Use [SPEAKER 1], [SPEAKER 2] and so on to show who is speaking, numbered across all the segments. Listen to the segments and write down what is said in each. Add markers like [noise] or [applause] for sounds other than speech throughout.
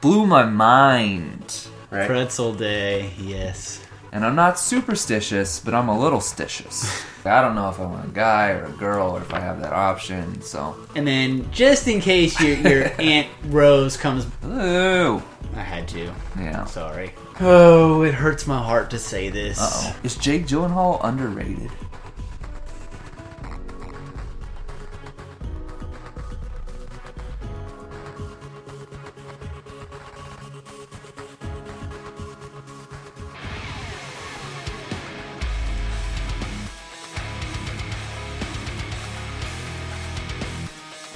[SPEAKER 1] blew my mind.
[SPEAKER 2] Right?
[SPEAKER 3] Pretzel day, yes.
[SPEAKER 1] And I'm not superstitious, but I'm a little stitious. I don't know if I want a guy or a girl or if I have that option, so.
[SPEAKER 3] And then, just in case your, your
[SPEAKER 1] [laughs]
[SPEAKER 3] Aunt Rose comes,
[SPEAKER 1] Ooh.
[SPEAKER 3] I had to.
[SPEAKER 1] Yeah.
[SPEAKER 3] Sorry. Oh, it hurts my heart to say this.
[SPEAKER 1] Uh oh. Is Jake Gyllenhaal underrated?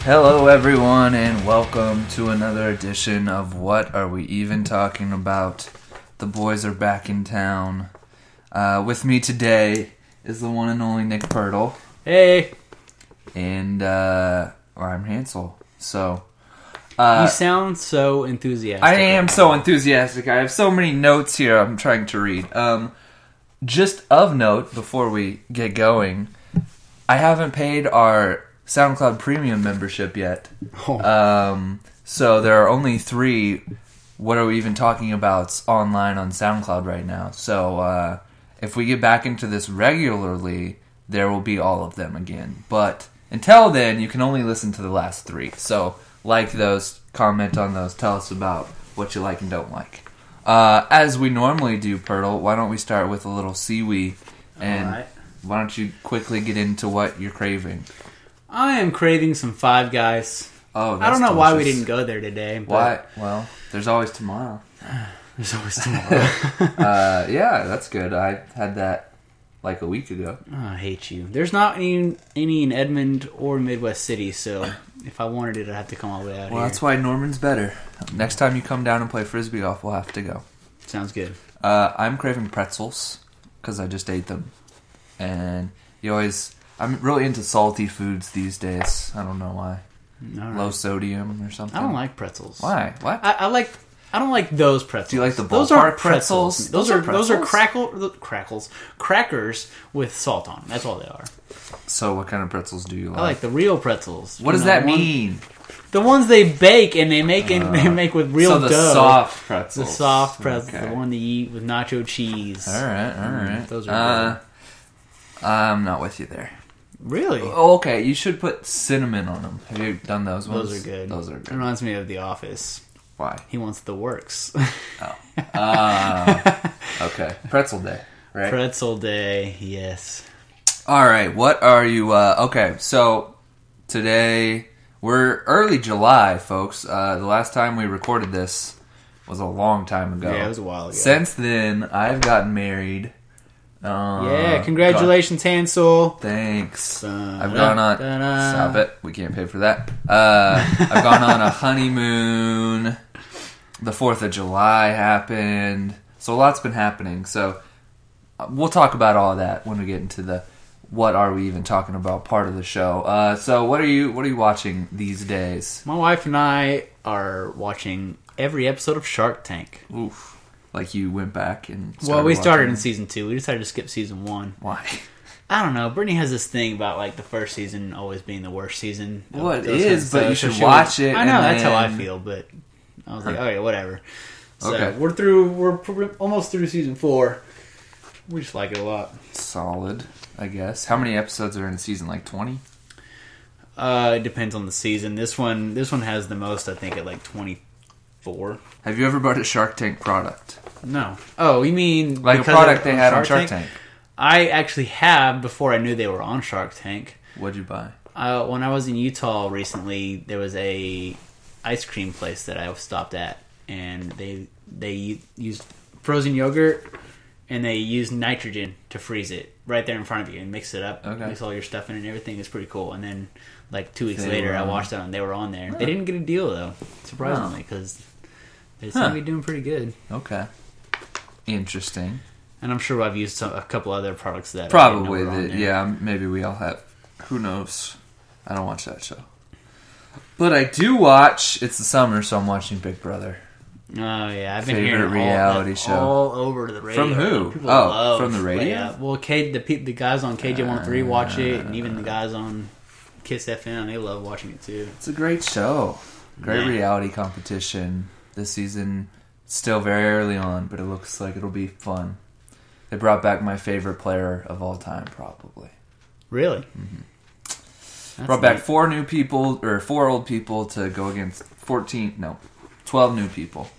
[SPEAKER 1] Hello, everyone, and welcome to another edition of What Are We Even Talking About? The boys are back in town. Uh, with me today is the one and only Nick Pirtle,
[SPEAKER 3] Hey,
[SPEAKER 1] and uh, or I'm Hansel. So
[SPEAKER 3] you
[SPEAKER 1] uh,
[SPEAKER 3] sound so enthusiastic.
[SPEAKER 1] I am so enthusiastic. I have so many notes here I'm trying to read. Um, just of note, before we get going, I haven't paid our SoundCloud Premium membership yet.
[SPEAKER 3] Oh.
[SPEAKER 1] Um, so there are only three. What are we even talking about online on SoundCloud right now? So uh, if we get back into this regularly, there will be all of them again. But until then, you can only listen to the last three. So like those, comment on those, tell us about what you like and don't like. Uh, as we normally do, Pirtle, why don't we start with a little seaweed and
[SPEAKER 3] Alright.
[SPEAKER 1] why don't you quickly get into what you're craving?
[SPEAKER 3] I am craving some Five Guys.
[SPEAKER 1] Oh,
[SPEAKER 3] I don't know
[SPEAKER 1] that's
[SPEAKER 3] why we
[SPEAKER 1] delicious.
[SPEAKER 3] didn't go there today. But
[SPEAKER 1] Why? Well, there's always tomorrow.
[SPEAKER 3] There's
[SPEAKER 1] [laughs]
[SPEAKER 3] always tomorrow.
[SPEAKER 1] Uh, yeah, that's good. I had that like a week ago.
[SPEAKER 3] Oh, I hate you. There's not any, any in Edmond or Midwest City, so if I wanted it, I'd have to come all the way out
[SPEAKER 1] Well,
[SPEAKER 3] here.
[SPEAKER 1] that's why Norman's better. Next time you come down and play frisbee golf, we'll have to go.
[SPEAKER 3] Sounds good.
[SPEAKER 1] Uh, I'm craving pretzels because I just ate them, and you always. I'm really into salty foods these days. I don't know why.
[SPEAKER 3] All right.
[SPEAKER 1] Low sodium or something.
[SPEAKER 3] I don't like pretzels.
[SPEAKER 1] Why? What?
[SPEAKER 3] I, I like. I don't like those pretzels.
[SPEAKER 1] Do you like the
[SPEAKER 3] those
[SPEAKER 1] ballpark
[SPEAKER 3] aren't
[SPEAKER 1] pretzels?
[SPEAKER 3] Those,
[SPEAKER 1] Those
[SPEAKER 3] are,
[SPEAKER 1] are
[SPEAKER 3] those are
[SPEAKER 1] pretzels?
[SPEAKER 3] crackle th- crackles crackers with salt on. 'em. That's all they are.
[SPEAKER 1] so, what kind of pretzels do you like?
[SPEAKER 3] I like the real pretzels.
[SPEAKER 1] what
[SPEAKER 3] You
[SPEAKER 1] does
[SPEAKER 3] know,
[SPEAKER 1] that
[SPEAKER 3] one-
[SPEAKER 1] mean? Uh,
[SPEAKER 3] The ones they bake and they make and they make with real
[SPEAKER 1] so the
[SPEAKER 3] dough.
[SPEAKER 1] soft
[SPEAKER 3] the
[SPEAKER 1] pretzels.
[SPEAKER 3] soft pretzels,
[SPEAKER 1] Okay.
[SPEAKER 3] the one that you eat with nacho cheese.
[SPEAKER 1] All right, all right.
[SPEAKER 3] Mm, those are
[SPEAKER 1] Uh, I'm not with you there.
[SPEAKER 3] Really,
[SPEAKER 1] Oh, okay, you should put cinnamon on them. Have you done those ones?
[SPEAKER 3] those are good.
[SPEAKER 1] Those are
[SPEAKER 3] [laughs]
[SPEAKER 1] good.
[SPEAKER 3] Reminds me of The Office.
[SPEAKER 1] Why? Uh,
[SPEAKER 3] He wants the works.
[SPEAKER 1] Oh,
[SPEAKER 3] [laughs]
[SPEAKER 1] Okay, pretzel day, right?
[SPEAKER 3] Pretzel day, yes.
[SPEAKER 1] All right, what are you? Uh, okay, so today we're early July, folks. Uh, the last time we recorded this was a long time ago.
[SPEAKER 3] Yeah, it was a while ago.
[SPEAKER 1] Since then, I've gotten married. Uh,
[SPEAKER 3] yeah, congratulations, Hansel.
[SPEAKER 1] Thanks.
[SPEAKER 3] Dun,
[SPEAKER 1] I've gone on.
[SPEAKER 3] dun, dun.
[SPEAKER 1] Stop it. We can't pay for that.
[SPEAKER 3] [laughs]
[SPEAKER 1] Uh, I've gone on a honeymoon. The 4th of July happened. So a lot's been happening. So uh, we'll talk about all that when we get into the what are we even talking about part of the show. Uh, so what are you what are you watching these days?
[SPEAKER 3] My wife and I are watching every episode of Shark Tank.
[SPEAKER 1] Oof. Like you went back and
[SPEAKER 3] well, we started in
[SPEAKER 1] watching-
[SPEAKER 3] season two. We decided to skip season one.
[SPEAKER 1] why?
[SPEAKER 3] I don't know. Brittany has this thing about like the first season always being the worst season.
[SPEAKER 1] Well, it
[SPEAKER 3] Those kinds
[SPEAKER 1] is,
[SPEAKER 3] of
[SPEAKER 1] but you
[SPEAKER 3] shows. So
[SPEAKER 1] should
[SPEAKER 3] she
[SPEAKER 1] watch it
[SPEAKER 3] I know
[SPEAKER 1] and
[SPEAKER 3] that's how I
[SPEAKER 1] then-
[SPEAKER 3] feel, but I was like, okay, whatever. So
[SPEAKER 1] Okay.
[SPEAKER 3] we're through. We're pr- almost through season four. We just like it a lot.
[SPEAKER 1] Solid, I guess. How many episodes are in a season? Like twenty?
[SPEAKER 3] Uh, it depends on the season. This one, this one has the most, I think, at like twenty four.
[SPEAKER 1] Have you ever bought a Shark Tank product?
[SPEAKER 3] No. Oh, you mean
[SPEAKER 1] Like a
[SPEAKER 3] because
[SPEAKER 1] product
[SPEAKER 3] of-
[SPEAKER 1] they had on Shark Tank.
[SPEAKER 3] I actually have before I knew they were on Shark Tank.
[SPEAKER 1] What'd you buy?
[SPEAKER 3] Uh, when I was in Utah recently, there was a ice cream place that I stopped at, and they they u- used frozen yogurt and they used nitrogen to freeze it right there in front of you and mix it up,
[SPEAKER 1] Okay.
[SPEAKER 3] mix all your stuff in, and everything is pretty cool. And then like two weeks
[SPEAKER 1] They
[SPEAKER 3] later,
[SPEAKER 1] were
[SPEAKER 3] I
[SPEAKER 1] on.
[SPEAKER 3] watched that and they were on there. They didn't get a deal though, surprisingly, because they seem
[SPEAKER 1] Huh.
[SPEAKER 3] to be doing pretty good.
[SPEAKER 1] Okay. Interesting.
[SPEAKER 3] And I'm sure I've used some, a couple other products that I didn't know
[SPEAKER 1] Probably
[SPEAKER 3] were on
[SPEAKER 1] the,
[SPEAKER 3] there.
[SPEAKER 1] yeah, maybe we all have. Who knows? I don't watch that show. But I do watch it's the summer, so I'm watching Big Brother.
[SPEAKER 3] Oh yeah, I've been
[SPEAKER 1] Favorite
[SPEAKER 3] hearing
[SPEAKER 1] reality
[SPEAKER 3] all, that
[SPEAKER 1] show.
[SPEAKER 3] all over the radio.
[SPEAKER 1] From who?
[SPEAKER 3] People
[SPEAKER 1] Oh,
[SPEAKER 3] love
[SPEAKER 1] from the radio?
[SPEAKER 3] Yeah. Well, K, the pe- the guys on KJ103 watch it, and
[SPEAKER 1] Uh.
[SPEAKER 3] even the guys on Kiss FM, they love watching it too.
[SPEAKER 1] It's a great show. Great
[SPEAKER 3] Yeah.
[SPEAKER 1] reality competition. this season. Still very early on, but it looks like it'll be fun. They brought back my favorite player of all time, probably.
[SPEAKER 3] Really? That's
[SPEAKER 1] Mm-hmm. brought back
[SPEAKER 3] neat.
[SPEAKER 1] four new people or four old people to go against 14 no 12 new people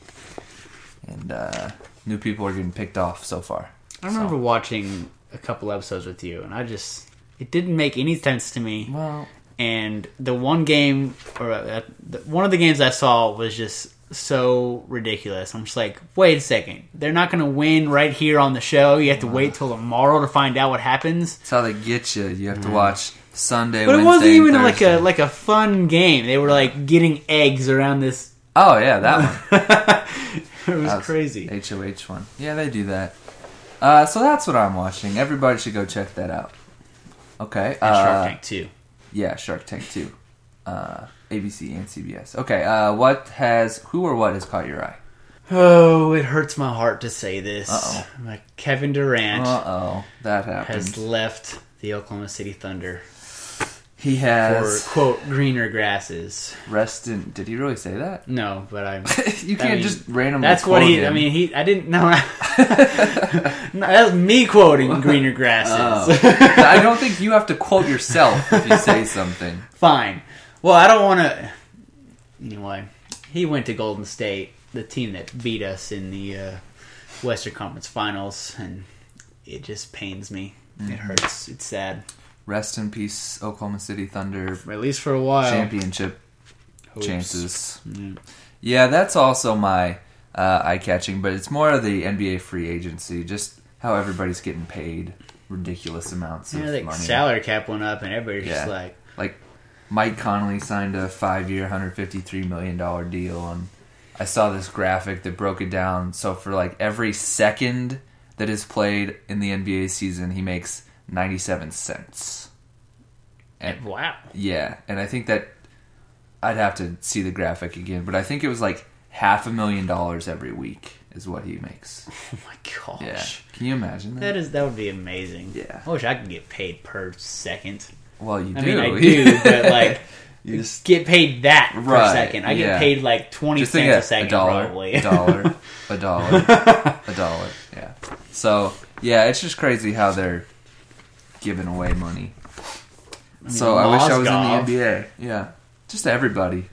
[SPEAKER 1] and uh new people are getting picked off so far
[SPEAKER 3] I remember watching a couple episodes with you, and I just it didn't make any sense to me.
[SPEAKER 1] well
[SPEAKER 3] And the one game or uh, the- one of the games I saw was just so ridiculous. I'm just like, wait a second, they're not going to win right here on the show. You have to wait till tomorrow to find out what happens.
[SPEAKER 1] that's how they get you you have to watch sunday
[SPEAKER 3] But it
[SPEAKER 1] Wednesday,
[SPEAKER 3] wasn't
[SPEAKER 1] and
[SPEAKER 3] even like
[SPEAKER 1] Thursday.
[SPEAKER 3] a like a fun game. They were like getting eggs around this. [laughs]
[SPEAKER 1] oh yeah that one
[SPEAKER 3] It was
[SPEAKER 1] That's
[SPEAKER 3] crazy.
[SPEAKER 1] hoh one yeah they do that uh so that's what i'm watching everybody should go check that out okay
[SPEAKER 3] And
[SPEAKER 1] uh,
[SPEAKER 3] Shark Tank too.
[SPEAKER 1] yeah shark tank 2 uh abc and cbs okay uh what has who or what has caught your eye
[SPEAKER 3] Oh, it hurts my heart to say this.
[SPEAKER 1] Uh-oh.
[SPEAKER 3] Like Kevin Durant
[SPEAKER 1] Uh oh, that
[SPEAKER 3] has
[SPEAKER 1] happened.
[SPEAKER 3] left the Oklahoma City Thunder
[SPEAKER 1] He
[SPEAKER 3] for
[SPEAKER 1] has
[SPEAKER 3] quote greener grasses.
[SPEAKER 1] rest in. Did he really say that? [laughs]
[SPEAKER 3] No, but [laughs] I'm.
[SPEAKER 1] you
[SPEAKER 3] I
[SPEAKER 1] can't
[SPEAKER 3] mean,
[SPEAKER 1] just randomly.
[SPEAKER 3] That's what
[SPEAKER 1] quote
[SPEAKER 3] he. I
[SPEAKER 1] him.
[SPEAKER 3] mean, he. I didn't [laughs] know. no, that's me quoting
[SPEAKER 1] [laughs]
[SPEAKER 3] greener grasses.
[SPEAKER 1] Oh.
[SPEAKER 3] Oh.
[SPEAKER 1] I don't think you have to quote yourself if you say something.
[SPEAKER 3] [laughs] Fine. Well, I don't want to. Anyway, he went to Golden State, the team that beat us in the uh, Western Conference Finals, and it just pains me. It hurts. It's sad.
[SPEAKER 1] Rest in peace, Oklahoma City Thunder
[SPEAKER 3] At least for a while.
[SPEAKER 1] championship
[SPEAKER 3] Hopes.
[SPEAKER 1] chances.
[SPEAKER 3] Yeah.
[SPEAKER 1] Yeah, that's also my uh, eye catching, but it's more of the NBA free agency, just how everybody's getting paid ridiculous amounts of
[SPEAKER 3] Yeah, like
[SPEAKER 1] money.
[SPEAKER 3] salary cap went up, and everybody's just
[SPEAKER 1] Yeah.
[SPEAKER 3] like,
[SPEAKER 1] like Mike Connolly signed a five year, hundred fifty three million dollar deal, and I saw this graphic that broke it down. So for like every second that is played in the NBA season, he makes ninety seven cents. And
[SPEAKER 3] "Wow, [laughs]
[SPEAKER 1] yeah, and I think that I'd have to see the graphic again, but I think it was like half a million dollars every week is what he makes.
[SPEAKER 3] oh my gosh,
[SPEAKER 1] Yeah, can you imagine that?
[SPEAKER 3] that is that would be amazing."
[SPEAKER 1] Yeah.
[SPEAKER 3] I wish I could get paid per second.
[SPEAKER 1] well, you
[SPEAKER 3] I
[SPEAKER 1] do.
[SPEAKER 3] mean, I do,
[SPEAKER 1] [laughs]
[SPEAKER 3] but like,
[SPEAKER 1] you just
[SPEAKER 3] get paid that per
[SPEAKER 1] Right,
[SPEAKER 3] second. I
[SPEAKER 1] yeah.
[SPEAKER 3] get paid like twenty
[SPEAKER 1] Just think
[SPEAKER 3] cents a
[SPEAKER 1] of
[SPEAKER 3] second,
[SPEAKER 1] a dollar,
[SPEAKER 3] probably.
[SPEAKER 1] a
[SPEAKER 3] [laughs]
[SPEAKER 1] dollar, a dollar, a dollar. Yeah. So yeah, it's just crazy how they're giving away money. so I wish I was
[SPEAKER 3] Mozgov.
[SPEAKER 1] in the NBA. Yeah, just everybody,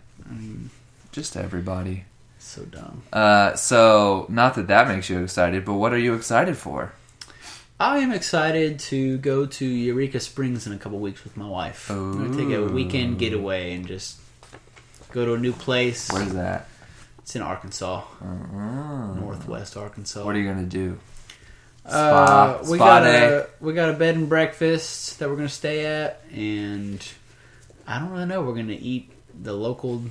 [SPEAKER 1] just everybody.
[SPEAKER 3] so dumb.
[SPEAKER 1] Uh, so not that that makes you excited, but what are you excited for?
[SPEAKER 3] I am excited to go to Eureka Springs in a couple weeks with my wife. I'm gonna take a
[SPEAKER 1] Ooh.
[SPEAKER 3] weekend getaway and just go to a new place.
[SPEAKER 1] What is that?
[SPEAKER 3] It's in Arkansas,
[SPEAKER 1] Mm.
[SPEAKER 3] Northwest Arkansas.
[SPEAKER 1] What are you gonna do?
[SPEAKER 3] Uh,
[SPEAKER 1] Spa-
[SPEAKER 3] we
[SPEAKER 1] spa
[SPEAKER 3] got
[SPEAKER 1] day.
[SPEAKER 3] a we got a bed and breakfast that we're gonna stay at, and I don't really know. We're gonna eat the local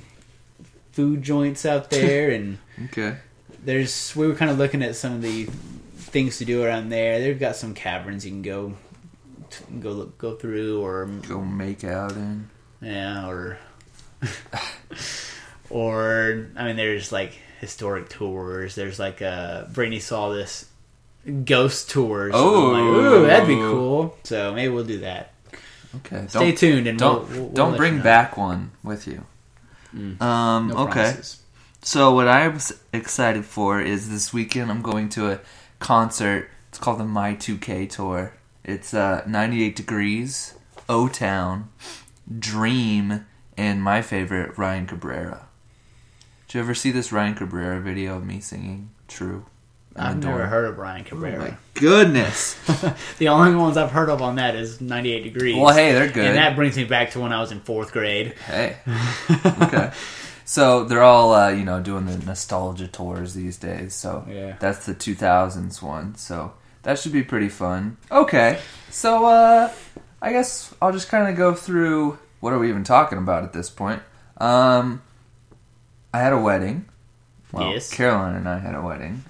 [SPEAKER 3] food
[SPEAKER 1] [laughs]
[SPEAKER 3] joints out there, and
[SPEAKER 1] Okay.
[SPEAKER 3] there's we were kind of looking at some of the things to do around there. They've got some caverns you can go t- go look, go through, or
[SPEAKER 1] Go make out and
[SPEAKER 3] yeah, or [laughs] or I mean, there's like historic tours. There's like uh, Brittany saw this ghost tours. so I'm like,
[SPEAKER 1] Oh.
[SPEAKER 3] ooh, that'd be cool. So maybe we'll do that.
[SPEAKER 1] okay.
[SPEAKER 3] Stay tuned and
[SPEAKER 1] don't
[SPEAKER 3] we'll, we'll, we'll
[SPEAKER 1] don't
[SPEAKER 3] let
[SPEAKER 1] bring
[SPEAKER 3] you know.
[SPEAKER 1] back one with you.
[SPEAKER 3] Mm.
[SPEAKER 1] Um,
[SPEAKER 3] No
[SPEAKER 1] okay.
[SPEAKER 3] promises.
[SPEAKER 1] So what I was excited for is this weekend I'm going to a concert. It's called the My 2K Tour. It's uh, 98 Degrees, O Town, Dream, and my favorite Ryan Cabrera. Did you ever see this Ryan Cabrera video of me singing True? in the
[SPEAKER 3] I've never
[SPEAKER 1] dorm?
[SPEAKER 3] heard of Brian
[SPEAKER 1] Oh
[SPEAKER 3] Cabrera.
[SPEAKER 1] my goodness.
[SPEAKER 3] [laughs] the only ones I've heard of on that is 98 Degrees.
[SPEAKER 1] well, hey, they're good.
[SPEAKER 3] And that brings me back to when I was in fourth grade.
[SPEAKER 1] Hey.
[SPEAKER 3] [laughs]
[SPEAKER 1] okay. So they're all, uh, you know, doing the nostalgia tours these days. So
[SPEAKER 3] Yeah.
[SPEAKER 1] that's the 2000s one. So that should be pretty fun. Okay. So uh, I guess I'll just kind of go through what are we even talking about at this point. Um, I had a wedding. Well,
[SPEAKER 3] Yes.
[SPEAKER 1] Caroline and I had a wedding.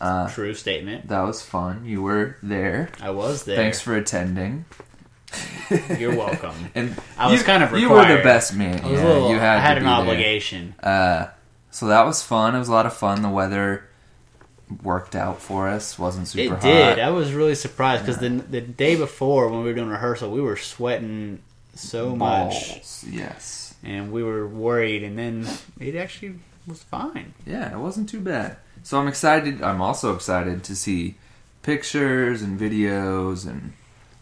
[SPEAKER 1] Uh,
[SPEAKER 3] True statement.
[SPEAKER 1] That was fun. You were there.
[SPEAKER 3] I was there.
[SPEAKER 1] Thanks for attending.
[SPEAKER 3] You're welcome.
[SPEAKER 1] [laughs] And
[SPEAKER 3] I was
[SPEAKER 1] you-
[SPEAKER 3] kind of
[SPEAKER 1] You were the
[SPEAKER 3] required.
[SPEAKER 1] best man.
[SPEAKER 3] I was
[SPEAKER 1] yeah,
[SPEAKER 3] a little,
[SPEAKER 1] you had
[SPEAKER 3] I had
[SPEAKER 1] to
[SPEAKER 3] an
[SPEAKER 1] be there.
[SPEAKER 3] obligation.
[SPEAKER 1] Uh, so that was fun. It was a lot of fun. The weather worked out for us. wasn't super
[SPEAKER 3] it
[SPEAKER 1] hot.
[SPEAKER 3] did. I was really surprised because the the day before when we were doing rehearsal, we were sweating so much.
[SPEAKER 1] Balls. Yes.
[SPEAKER 3] and we were worried, and then it actually was fine.
[SPEAKER 1] Yeah, it wasn't too bad. So I'm excited. I'm also excited to see pictures and videos and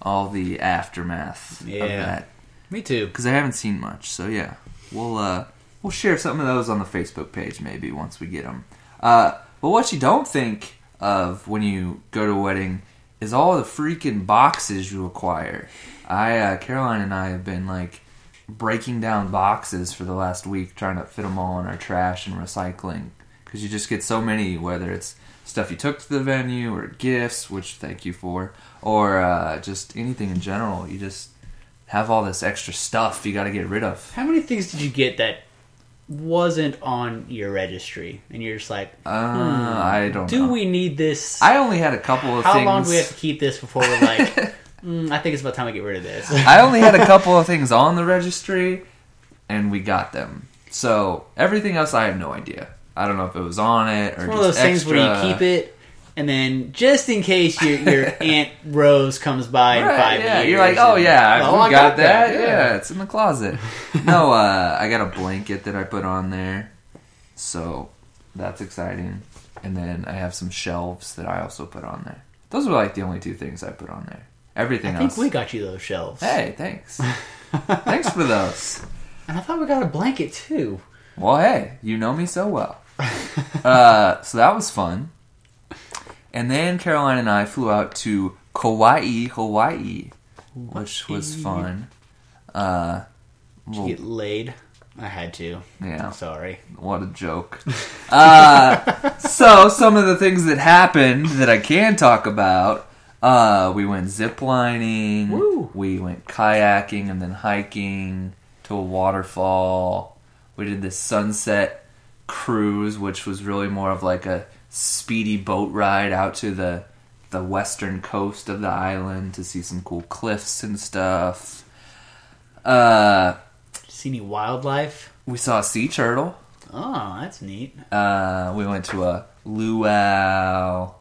[SPEAKER 1] all the aftermath
[SPEAKER 3] Yeah.
[SPEAKER 1] of that
[SPEAKER 3] Me too.
[SPEAKER 1] because I haven't seen much. So yeah, we'll uh, we'll share some of those on the Facebook page maybe once we get them. Uh, but what you don't think of when you go to a wedding is all the freaking boxes you acquire. I uh, Caroline and I have been like breaking down boxes for the last week, trying to fit them all in our trash and recycling because you just get so many. Whether it's stuff you took to the venue or gifts, which thank you for, or uh, just anything in general, you just have all this extra stuff you got to get rid of.
[SPEAKER 3] How many things did you get that wasn't on your registry, and you're just like,
[SPEAKER 1] Uh,
[SPEAKER 3] hmm,
[SPEAKER 1] I don't
[SPEAKER 3] do
[SPEAKER 1] know.
[SPEAKER 3] we need this?
[SPEAKER 1] I only had a couple of
[SPEAKER 3] How
[SPEAKER 1] things.
[SPEAKER 3] long do we have to keep this before we're like,
[SPEAKER 1] [laughs]
[SPEAKER 3] mm, I think it's about time we get rid of this?
[SPEAKER 1] I only had a couple of things on the registry, and we got them. So everything else, I have no idea. I don't know if it was on it or
[SPEAKER 3] It's one
[SPEAKER 1] just
[SPEAKER 3] of those things where you
[SPEAKER 1] extra.
[SPEAKER 3] keep it, and then just in case
[SPEAKER 1] [laughs]
[SPEAKER 3] your, your aunt Rose comes by in
[SPEAKER 1] Right,
[SPEAKER 3] five
[SPEAKER 1] yeah,
[SPEAKER 3] years,
[SPEAKER 1] you're like, oh
[SPEAKER 3] and,
[SPEAKER 1] yeah,
[SPEAKER 3] "Oh,
[SPEAKER 1] we
[SPEAKER 3] I
[SPEAKER 1] got, that. Yeah. it's in the
[SPEAKER 3] [laughs]
[SPEAKER 1] closet. no, uh, I got a blanket that I put on there, so that's exciting. And then I have some shelves that I also put on there. Those were like the only two things I put on there. Everything
[SPEAKER 3] I
[SPEAKER 1] else.
[SPEAKER 3] think we got you those
[SPEAKER 1] [laughs]
[SPEAKER 3] shelves,
[SPEAKER 1] hey,
[SPEAKER 3] [laughs]
[SPEAKER 1] thanks, thanks for those.
[SPEAKER 3] and I thought we got a blanket too.
[SPEAKER 1] Well, hey, you know me so well. uh, so that was fun. And then Caroline and I flew out to Kauai, Hawaii, which was fun. Uh,
[SPEAKER 3] Did you get laid? I had to.
[SPEAKER 1] Yeah.
[SPEAKER 3] I'm sorry.
[SPEAKER 1] What a joke. [laughs] Uh, so, some of the things that happened that I can talk about uh, we went ziplining,
[SPEAKER 3] Woo.
[SPEAKER 1] we went kayaking and then hiking to a waterfall. We did this sunset cruise, which was really more of like a speedy boat ride out to the the western coast of the island to see some cool cliffs and stuff. Uh,
[SPEAKER 3] Did you see any wildlife?
[SPEAKER 1] we saw a sea turtle.
[SPEAKER 3] Oh, that's neat.
[SPEAKER 1] Uh, we went to a luau.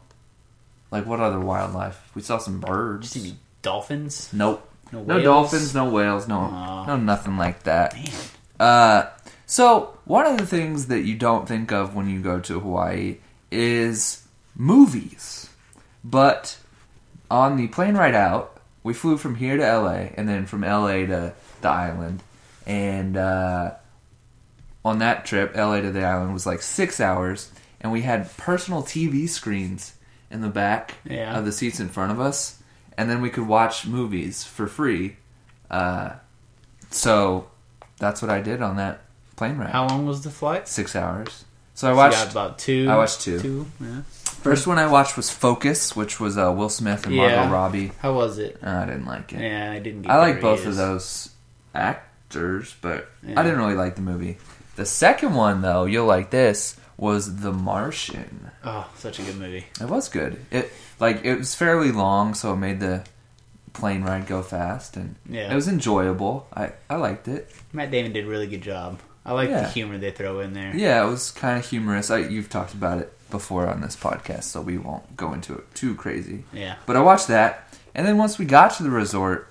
[SPEAKER 1] Like what other wildlife? We saw some
[SPEAKER 3] Did
[SPEAKER 1] birds.
[SPEAKER 3] you see any dolphins?
[SPEAKER 1] Nope.
[SPEAKER 3] No,
[SPEAKER 1] No
[SPEAKER 3] whales?
[SPEAKER 1] dolphins. No whales. No.
[SPEAKER 3] Aw.
[SPEAKER 1] No nothing like that.
[SPEAKER 3] Man,
[SPEAKER 1] Uh, so one of the things that you don't think of when you go to Hawaii is movies. But on the plane ride out, we flew from here to LA and then from LA to the island. And uh, on that trip, LA to the island was like six hours, and we had personal TV screens in the back
[SPEAKER 3] Yeah.
[SPEAKER 1] of the seats in front of us, and then we could watch movies for free. Uh, so that's what I did on that plane ride.
[SPEAKER 3] how long was the flight?
[SPEAKER 1] Six hours. So I
[SPEAKER 3] You
[SPEAKER 1] watched.
[SPEAKER 3] got about two.
[SPEAKER 1] I watched two.
[SPEAKER 3] Two. Yeah.
[SPEAKER 1] First one I watched was Focus, which was uh, Will Smith and
[SPEAKER 3] Yeah.
[SPEAKER 1] Margot Robbie.
[SPEAKER 3] How was it?
[SPEAKER 1] Uh, I didn't like it.
[SPEAKER 3] Yeah, I didn't. Get
[SPEAKER 1] I
[SPEAKER 3] the
[SPEAKER 1] like both of
[SPEAKER 3] reviews.
[SPEAKER 1] those actors, but
[SPEAKER 3] Yeah.
[SPEAKER 1] I didn't really like the movie. The second one, though, you'll like this, was The Martian.
[SPEAKER 3] Oh, such a good movie.
[SPEAKER 1] It was good. It like it was fairly long, so it made the plane ride go fast, and
[SPEAKER 3] Yeah.
[SPEAKER 1] it was enjoyable. I I liked it.
[SPEAKER 3] Matt Damon did a really good job. I like the
[SPEAKER 1] Yeah.
[SPEAKER 3] humor they throw in there.
[SPEAKER 1] Yeah, it was kind of humorous. I, you've talked about it before on this podcast, so we won't go into it too crazy.
[SPEAKER 3] Yeah.
[SPEAKER 1] But I watched that, and then once we got to the resort,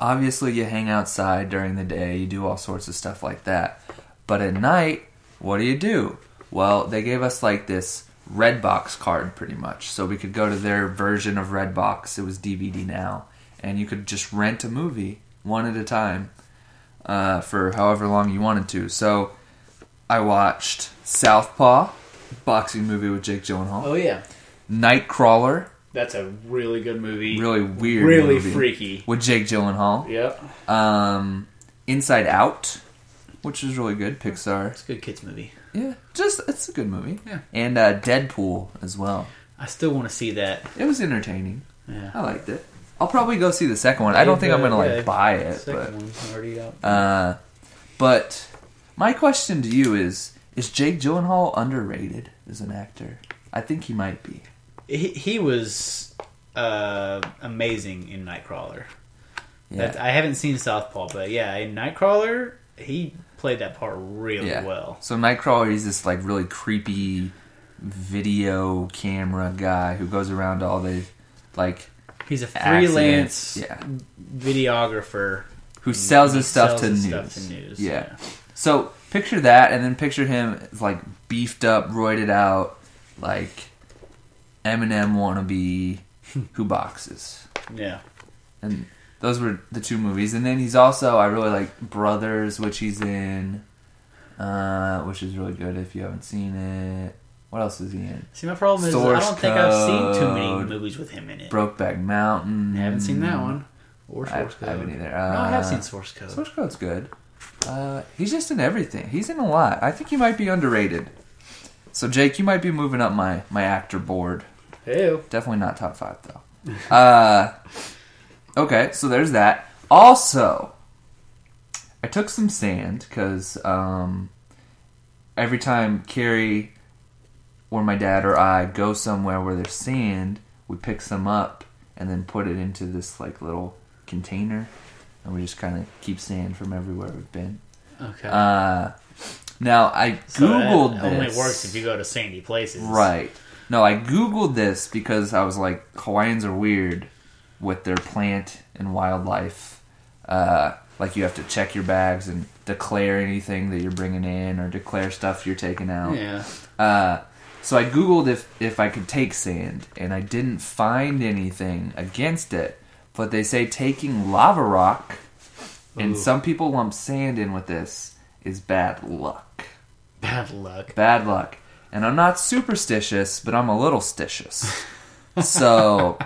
[SPEAKER 1] obviously you hang outside during the day, you do all sorts of stuff like that. But at night, what do you do? Well, they gave us like this Redbox card pretty much, so we could go to their version of Redbox. It was DVD now, and you could just rent a movie one at a time uh, for however long you wanted to. So I watched Southpaw, boxing movie with Jake Gyllenhaal,
[SPEAKER 3] Oh yeah,
[SPEAKER 1] Nightcrawler,
[SPEAKER 3] that's a really good movie.
[SPEAKER 1] really weird,
[SPEAKER 3] Really
[SPEAKER 1] movie
[SPEAKER 3] freaky.
[SPEAKER 1] with Jake Gyllenhaal.
[SPEAKER 3] Yep.
[SPEAKER 1] Um, Inside Out, which is really good, Pixar.
[SPEAKER 3] It's a good kids movie.
[SPEAKER 1] Yeah, just it's a good movie.
[SPEAKER 3] Yeah.
[SPEAKER 1] and uh, Deadpool as well.
[SPEAKER 3] I still want to see that.
[SPEAKER 1] It was entertaining.
[SPEAKER 3] Yeah.
[SPEAKER 1] I liked it. I'll probably go see the second one. I don't think I'm gonna
[SPEAKER 3] Yeah,
[SPEAKER 1] like buy it, but
[SPEAKER 3] Second one already out.
[SPEAKER 1] uh, but my question to you is: Is Jake Gyllenhaal underrated as an actor? I think he might be.
[SPEAKER 3] he, he was uh, amazing in Nightcrawler.
[SPEAKER 1] Yeah.
[SPEAKER 3] That, I haven't seen Southpaw, but yeah, in Nightcrawler, he played that part really
[SPEAKER 1] yeah.
[SPEAKER 3] well.
[SPEAKER 1] So Nightcrawler is this like really creepy video camera guy who goes around to all the like
[SPEAKER 3] He's a
[SPEAKER 1] accidents.
[SPEAKER 3] freelance
[SPEAKER 1] Yeah.
[SPEAKER 3] videographer
[SPEAKER 1] who sells his stuff,
[SPEAKER 3] sells
[SPEAKER 1] to,
[SPEAKER 3] his
[SPEAKER 1] news.
[SPEAKER 3] stuff to news,
[SPEAKER 1] Yeah.
[SPEAKER 3] yeah.
[SPEAKER 1] So picture that, and then picture him like beefed up, roided out, like Eminem
[SPEAKER 3] [laughs]
[SPEAKER 1] wannabe who boxes.
[SPEAKER 3] Yeah.
[SPEAKER 1] And those were the two movies. And then he's also I really like Brothers, which he's in, uh, which is really good if you haven't seen it. What else is he in?
[SPEAKER 3] See, my problem is I
[SPEAKER 1] Source
[SPEAKER 3] don't think I've seen too many
[SPEAKER 1] code.
[SPEAKER 3] movies with him in it.
[SPEAKER 1] Brokeback Mountain.
[SPEAKER 3] I haven't seen that one. Or
[SPEAKER 1] I,
[SPEAKER 3] Source
[SPEAKER 1] I
[SPEAKER 3] Code.
[SPEAKER 1] haven't either.
[SPEAKER 3] no, I
[SPEAKER 1] Uh,
[SPEAKER 3] have seen Source Code.
[SPEAKER 1] Source Code's good. Uh, he's just in everything. He's in a lot. I think he might be underrated. So Jake, you might be moving up my my actor board.
[SPEAKER 3] Ew.
[SPEAKER 1] Definitely not top five though. uh, okay, so there's that. Also, I took some sand because um, every time Carrie or my dad or I go somewhere where there's sand, we pick some up and then put it into this like little container, and we just kind of keep sand from everywhere we've been.
[SPEAKER 3] Okay.
[SPEAKER 1] Uh, now I
[SPEAKER 3] So that
[SPEAKER 1] googled this.
[SPEAKER 3] only works if you go to sandy places.
[SPEAKER 1] Right. No, I googled this because I was like, Hawaiians are weird with their plant and wildlife. Uh, like you have to check your bags and declare anything that you're bringing in or declare stuff you're taking out.
[SPEAKER 3] Yeah. [laughs]
[SPEAKER 1] Uh, so I googled if if I could take sand, and I didn't find anything against it. But they say taking lava rock, and
[SPEAKER 3] Ooh.
[SPEAKER 1] some people lump sand in with this, is bad luck
[SPEAKER 3] Bad luck.
[SPEAKER 1] bad luck. And I'm not superstitious, but I'm a little stitious. so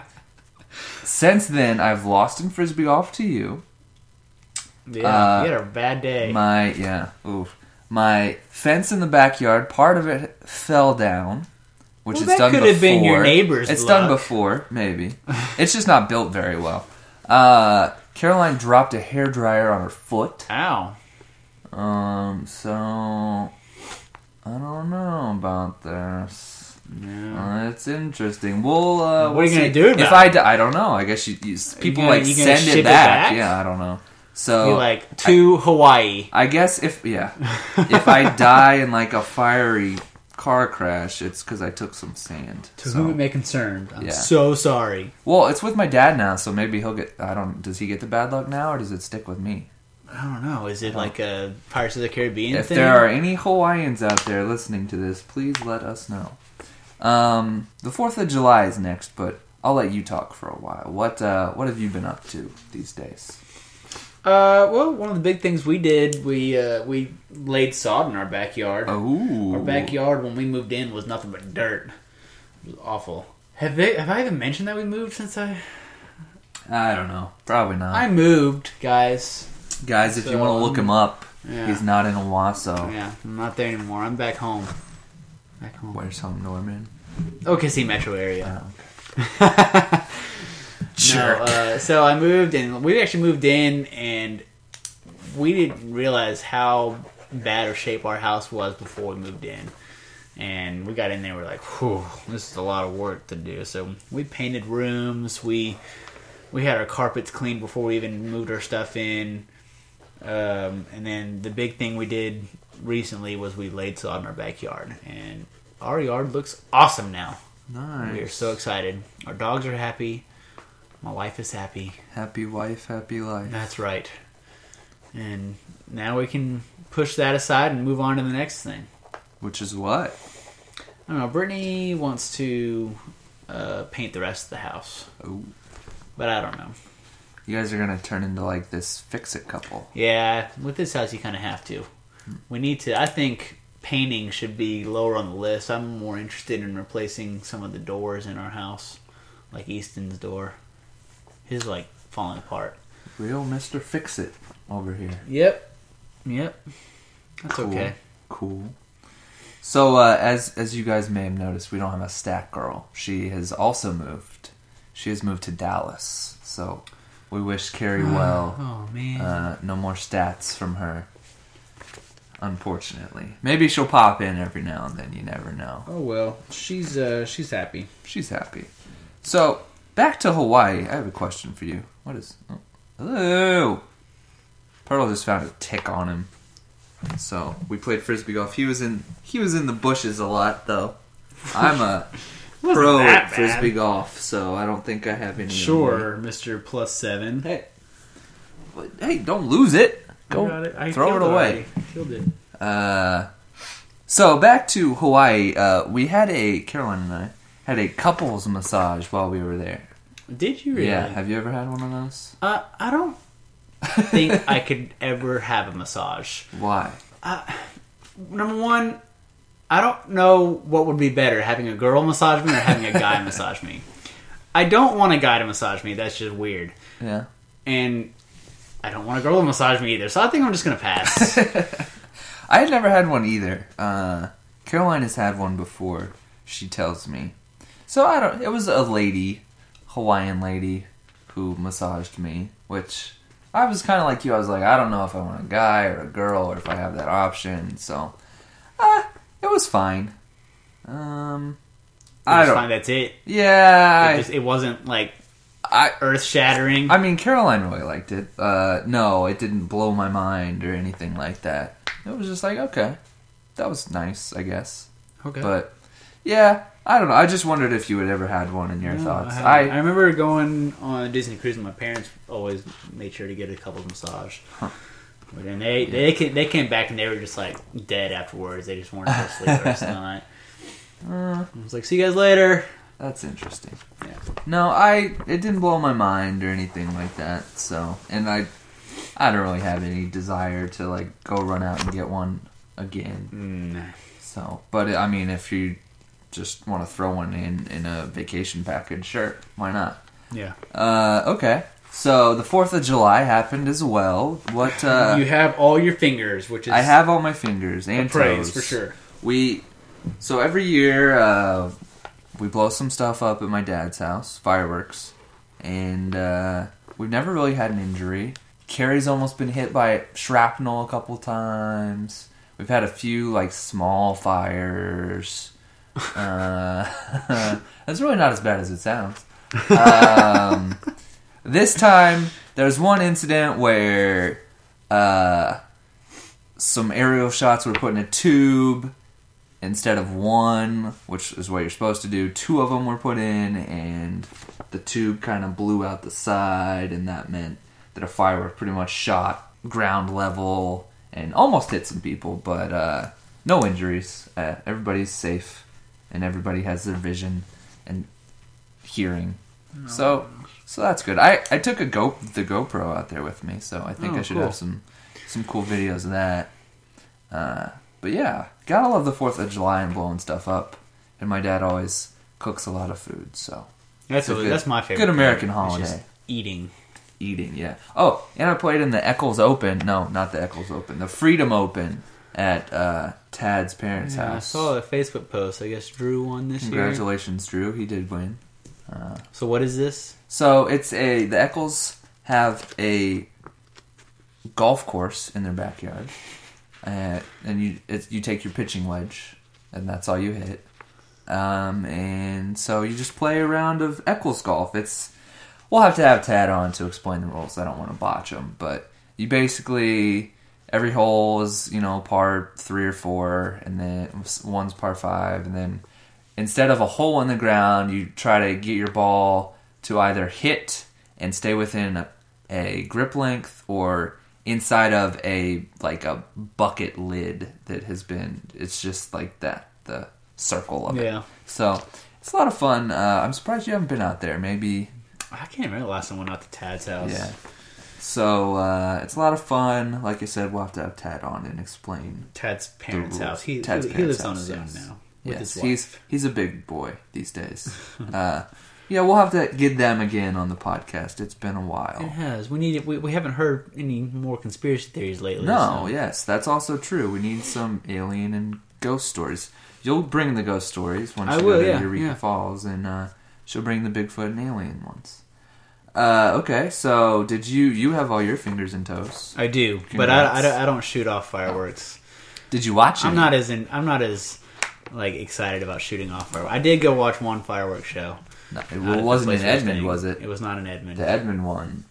[SPEAKER 1] since then, I've lost in frisbee golf to you.
[SPEAKER 3] Yeah. you had a bad day.
[SPEAKER 1] Uh, My yeah, oof. My fence in the backyard, part of it fell down, which
[SPEAKER 3] Well,
[SPEAKER 1] is
[SPEAKER 3] that
[SPEAKER 1] done
[SPEAKER 3] could
[SPEAKER 1] before.
[SPEAKER 3] have been your neighbor's
[SPEAKER 1] It's
[SPEAKER 3] luck.
[SPEAKER 1] done before, maybe.
[SPEAKER 3] [laughs]
[SPEAKER 1] it's just not built very well. Uh, Caroline dropped a hairdryer on her foot.
[SPEAKER 3] Ow.
[SPEAKER 1] Um, so I don't know about this.
[SPEAKER 3] No.
[SPEAKER 1] Uh, that's interesting. We'll. Uh,
[SPEAKER 3] What are
[SPEAKER 1] we'll
[SPEAKER 3] you gonna
[SPEAKER 1] see.
[SPEAKER 3] do about
[SPEAKER 1] if I? d- I don't know. I guess you, you s- people
[SPEAKER 3] gonna-
[SPEAKER 1] like
[SPEAKER 3] you gonna
[SPEAKER 1] send
[SPEAKER 3] ship
[SPEAKER 1] it
[SPEAKER 3] it
[SPEAKER 1] back.
[SPEAKER 3] back?
[SPEAKER 1] Yeah, I don't know. So
[SPEAKER 3] You like to Hawaii.
[SPEAKER 1] I guess if
[SPEAKER 3] [laughs]
[SPEAKER 1] yeah, if I die in like a fiery car crash, it's because I took some sand.
[SPEAKER 3] To
[SPEAKER 1] So-
[SPEAKER 3] whom it may concern. I'm
[SPEAKER 1] Yeah.
[SPEAKER 3] so sorry.
[SPEAKER 1] Well, it's with my dad now, so maybe he'll get. I don't. Does he get the bad luck now, or does it stick with me?
[SPEAKER 3] I don't know. Is it like a Pirates of the Caribbean
[SPEAKER 1] Oh. If
[SPEAKER 3] thing?
[SPEAKER 1] there are any Hawaiians out there listening to this, please let us know. Um, the Fourth of July is next, but I'll let you talk for a while. What uh, what have you been up to these days?
[SPEAKER 3] Uh, well, one of the big things we did, we uh, we laid sod in our backyard.
[SPEAKER 1] Oh,
[SPEAKER 3] Our backyard when we moved in was nothing but dirt. It was awful. Have they? Have I even mentioned that we moved since I?
[SPEAKER 1] I don't know. Probably not.
[SPEAKER 3] I moved, guys.
[SPEAKER 1] Guys, if you
[SPEAKER 3] So, um,
[SPEAKER 1] want to look him up,
[SPEAKER 3] Yeah.
[SPEAKER 1] he's not in Owasso.
[SPEAKER 3] Yeah, I'm not there anymore. I'm back home. Back home.
[SPEAKER 1] Where's home, Norman?
[SPEAKER 3] OKC metro area.
[SPEAKER 1] Oh,
[SPEAKER 3] [laughs] No, uh, so I moved and we actually moved in and we didn't realize how bad of shape our house was before we moved in. And we got in there, we're like, whew, this is a lot of work to do. So we painted rooms, we we had our carpets cleaned before we even moved our stuff in. Um, and then the big thing we did recently was we laid sod in our backyard. And our yard looks awesome now.
[SPEAKER 1] nice.
[SPEAKER 3] We are so excited. Our dogs are happy. My wife is happy.
[SPEAKER 1] happy wife, happy life.
[SPEAKER 3] That's right. And now we can push that aside and move on to the next thing.
[SPEAKER 1] Which is what?
[SPEAKER 3] I don't know. Brittany wants to uh, paint the rest of the house,
[SPEAKER 1] Oh,
[SPEAKER 3] but I don't know.
[SPEAKER 1] you guys are gonna turn into like this fix-it couple.
[SPEAKER 3] Yeah, with this house, you kind of have to. We need to. I think painting should be lower on the list. I'm more interested in replacing some of the doors in our house, like Easton's door. His like falling apart.
[SPEAKER 1] Real Mister Fix-It over here.
[SPEAKER 3] Yep. Yep. That's
[SPEAKER 1] Cool.
[SPEAKER 3] okay.
[SPEAKER 1] Cool. So uh, as as you guys may have noticed, we don't have a stack girl. She has also moved. She has moved to Dallas. So we wish Carrie well.
[SPEAKER 3] Oh man.
[SPEAKER 1] Uh, no more stats from her. Unfortunately, maybe she'll pop in every now and then. You never know.
[SPEAKER 3] oh well. She's uh she's happy.
[SPEAKER 1] She's happy. So back to Hawaii. I have a question for you. What is? Oh, hello. Pearl just found a tick on him. So we played frisbee golf. He was in he was in the bushes a lot though. I'm a
[SPEAKER 3] [laughs] Wasn't
[SPEAKER 1] pro
[SPEAKER 3] that
[SPEAKER 1] at
[SPEAKER 3] bad.
[SPEAKER 1] frisbee golf, so I don't think I have any.
[SPEAKER 3] Sure, Mister Plus Seven.
[SPEAKER 1] Hey. hey, don't lose it. Go
[SPEAKER 3] Got I
[SPEAKER 1] throw
[SPEAKER 3] killed
[SPEAKER 1] it away.
[SPEAKER 3] already. Killed it.
[SPEAKER 1] Uh, so back to Hawaii. Uh, we had a Caroline and I had a couples massage while we were there.
[SPEAKER 3] Did you really?
[SPEAKER 1] Yeah. Have you ever had one of those?
[SPEAKER 3] Uh, I don't
[SPEAKER 1] [laughs]
[SPEAKER 3] think I could ever have a massage.
[SPEAKER 1] Why?
[SPEAKER 3] Number one, I don't know what would be better, having a girl massage me or having
[SPEAKER 1] [laughs]
[SPEAKER 3] a guy massage me. I don't want a guy to massage me. That's just weird.
[SPEAKER 1] Yeah.
[SPEAKER 3] And I don't want a girl to massage me either. So I think I'm just going to pass.
[SPEAKER 1] [laughs] I had never had one either. Uh, Caroline has had one before. She tells me. So I don't. It was a lady, Hawaiian lady, who massaged me. Which I was kind of like you. I was like, I don't know if I want a guy or a girl or if I have that option. So, uh, it was fine. Um, [laughs] I
[SPEAKER 3] I
[SPEAKER 1] don't.
[SPEAKER 3] find that's it.
[SPEAKER 1] Yeah,
[SPEAKER 3] It,
[SPEAKER 1] I-
[SPEAKER 3] just, it wasn't like
[SPEAKER 1] I,
[SPEAKER 3] earth shattering.
[SPEAKER 1] I mean, Caroline really liked it. Uh, no, it didn't blow my mind or anything like that. It was just like, okay, that was nice, I guess.
[SPEAKER 3] Okay.
[SPEAKER 1] But yeah, I don't know. I just wondered if you had ever had one in your
[SPEAKER 3] No,
[SPEAKER 1] thoughts.
[SPEAKER 3] I,
[SPEAKER 1] I,
[SPEAKER 3] haven't. I remember going on a Disney cruise, and my parents always made sure to get a couples massage. But then they they came, they came back and they were just like dead afterwards. They just
[SPEAKER 1] [laughs]
[SPEAKER 3] weren't to sleep or not.
[SPEAKER 1] Uh.
[SPEAKER 3] I was like, see you guys later.
[SPEAKER 1] that's interesting.
[SPEAKER 3] Yeah.
[SPEAKER 1] No, I it didn't blow my mind or anything like that. So, and I I don't really have any desire to like go run out and get one again.
[SPEAKER 3] Mm,
[SPEAKER 1] So, but I mean, if you just want to throw one in in a vacation package, sure, why not?
[SPEAKER 3] yeah.
[SPEAKER 1] Uh, okay. So the Fourth of July happened as well. What uh,
[SPEAKER 3] you [laughs] have all your fingers, which is
[SPEAKER 1] I have on my fingers and toes.
[SPEAKER 3] praise for sure.
[SPEAKER 1] We so every year uh, we blow some stuff up at my dad's house, fireworks, and uh, we've never really had an injury. Carrie's almost been hit by shrapnel a couple times. We've had a few like small fires. Uh, [laughs] that's really not as bad as it sounds. Um, [laughs] this time, there's one incident where uh, some aerial shots were put in a tube instead of one, which is what you're supposed to do. Two of them were put in, and the tube kind of blew out the side, and that meant that a firework pretty much shot ground level and almost hit some people, but uh, no injuries. Uh, everybody's safe, and everybody has their vision and hearing.
[SPEAKER 3] Oh,
[SPEAKER 1] So, so that's good. I, I took a Go the GoPro out there with me, so I think
[SPEAKER 3] Oh,
[SPEAKER 1] I should
[SPEAKER 3] cool.
[SPEAKER 1] have some some cool videos of that. Uh, but yeah, gotta love the Fourth of July and blowing stuff up. And my dad always cooks a lot of food, so
[SPEAKER 3] That's
[SPEAKER 1] a
[SPEAKER 3] what-
[SPEAKER 1] good-
[SPEAKER 3] that's my favorite.
[SPEAKER 1] good American
[SPEAKER 3] part, is just
[SPEAKER 1] holiday.
[SPEAKER 3] Eating.
[SPEAKER 1] eating. Yeah. Oh, and I played in the Eccles Open. No, not the Eccles Open. The Freedom Open at uh, Tad's parents'
[SPEAKER 3] Yeah, I
[SPEAKER 1] house.
[SPEAKER 3] saw a Facebook post. I guess Drew won this year.
[SPEAKER 1] Congratulations, Drew. He did win.
[SPEAKER 3] So what is this?
[SPEAKER 1] So it's a the Eccles have a golf course in their backyard, uh, and you it's, you take your pitching wedge, and that's all you hit. Um, and so you just play a round of Eccles golf. It's we'll have to have Tad on to explain the rules. I don't want to botch them, but you basically every hole is you know par three or four, and then one's par five, and then instead of a hole in the ground, you try to get your ball to either hit and stay within a, a grip length or inside of a like a bucket lid that has been it's just like that the circle of
[SPEAKER 3] Yeah.
[SPEAKER 1] it so it's a lot of fun uh, i'm surprised you haven't been out there maybe
[SPEAKER 3] I can't remember the last time I went out to Tad's house.
[SPEAKER 1] yeah. So uh, it's a lot of fun. Like I said, we'll have to have Tad on and explain.
[SPEAKER 3] Tad's parents'
[SPEAKER 1] rules.
[SPEAKER 3] house. He,
[SPEAKER 1] Tad's
[SPEAKER 3] he, he
[SPEAKER 1] parents'
[SPEAKER 3] lives on
[SPEAKER 1] house,
[SPEAKER 3] his
[SPEAKER 1] yes.
[SPEAKER 3] own now. With
[SPEAKER 1] Yes,
[SPEAKER 3] his wife.
[SPEAKER 1] he's he's a big boy these days. [laughs] uh, yeah, we'll have to get them again on the podcast. It's been a
[SPEAKER 3] It
[SPEAKER 1] while.
[SPEAKER 3] has. We need. We, we haven't heard any more conspiracy theories lately.
[SPEAKER 1] No,
[SPEAKER 3] so-
[SPEAKER 1] yes, that's also true. We need some alien and ghost stories. You'll bring the ghost stories once
[SPEAKER 3] I
[SPEAKER 1] you
[SPEAKER 3] will,
[SPEAKER 1] go to
[SPEAKER 3] yeah,
[SPEAKER 1] Eureka
[SPEAKER 3] yeah.
[SPEAKER 1] Falls, and uh, she'll bring the Bigfoot and alien ones. Uh, okay, so did you you have all your fingers and toes?
[SPEAKER 3] I do, but I, I,
[SPEAKER 1] Congrats.
[SPEAKER 3] don't- I don't shoot off fireworks.
[SPEAKER 1] Did you watch it?
[SPEAKER 3] I'm not as in. I'm not as like excited about shooting off fireworks. I did go watch one fireworks show.
[SPEAKER 1] No, it
[SPEAKER 3] Not at the
[SPEAKER 1] wasn't in
[SPEAKER 3] place I
[SPEAKER 1] Edmond,
[SPEAKER 3] staying.
[SPEAKER 1] was it?
[SPEAKER 3] It was not in Edmond.
[SPEAKER 1] The Edmond one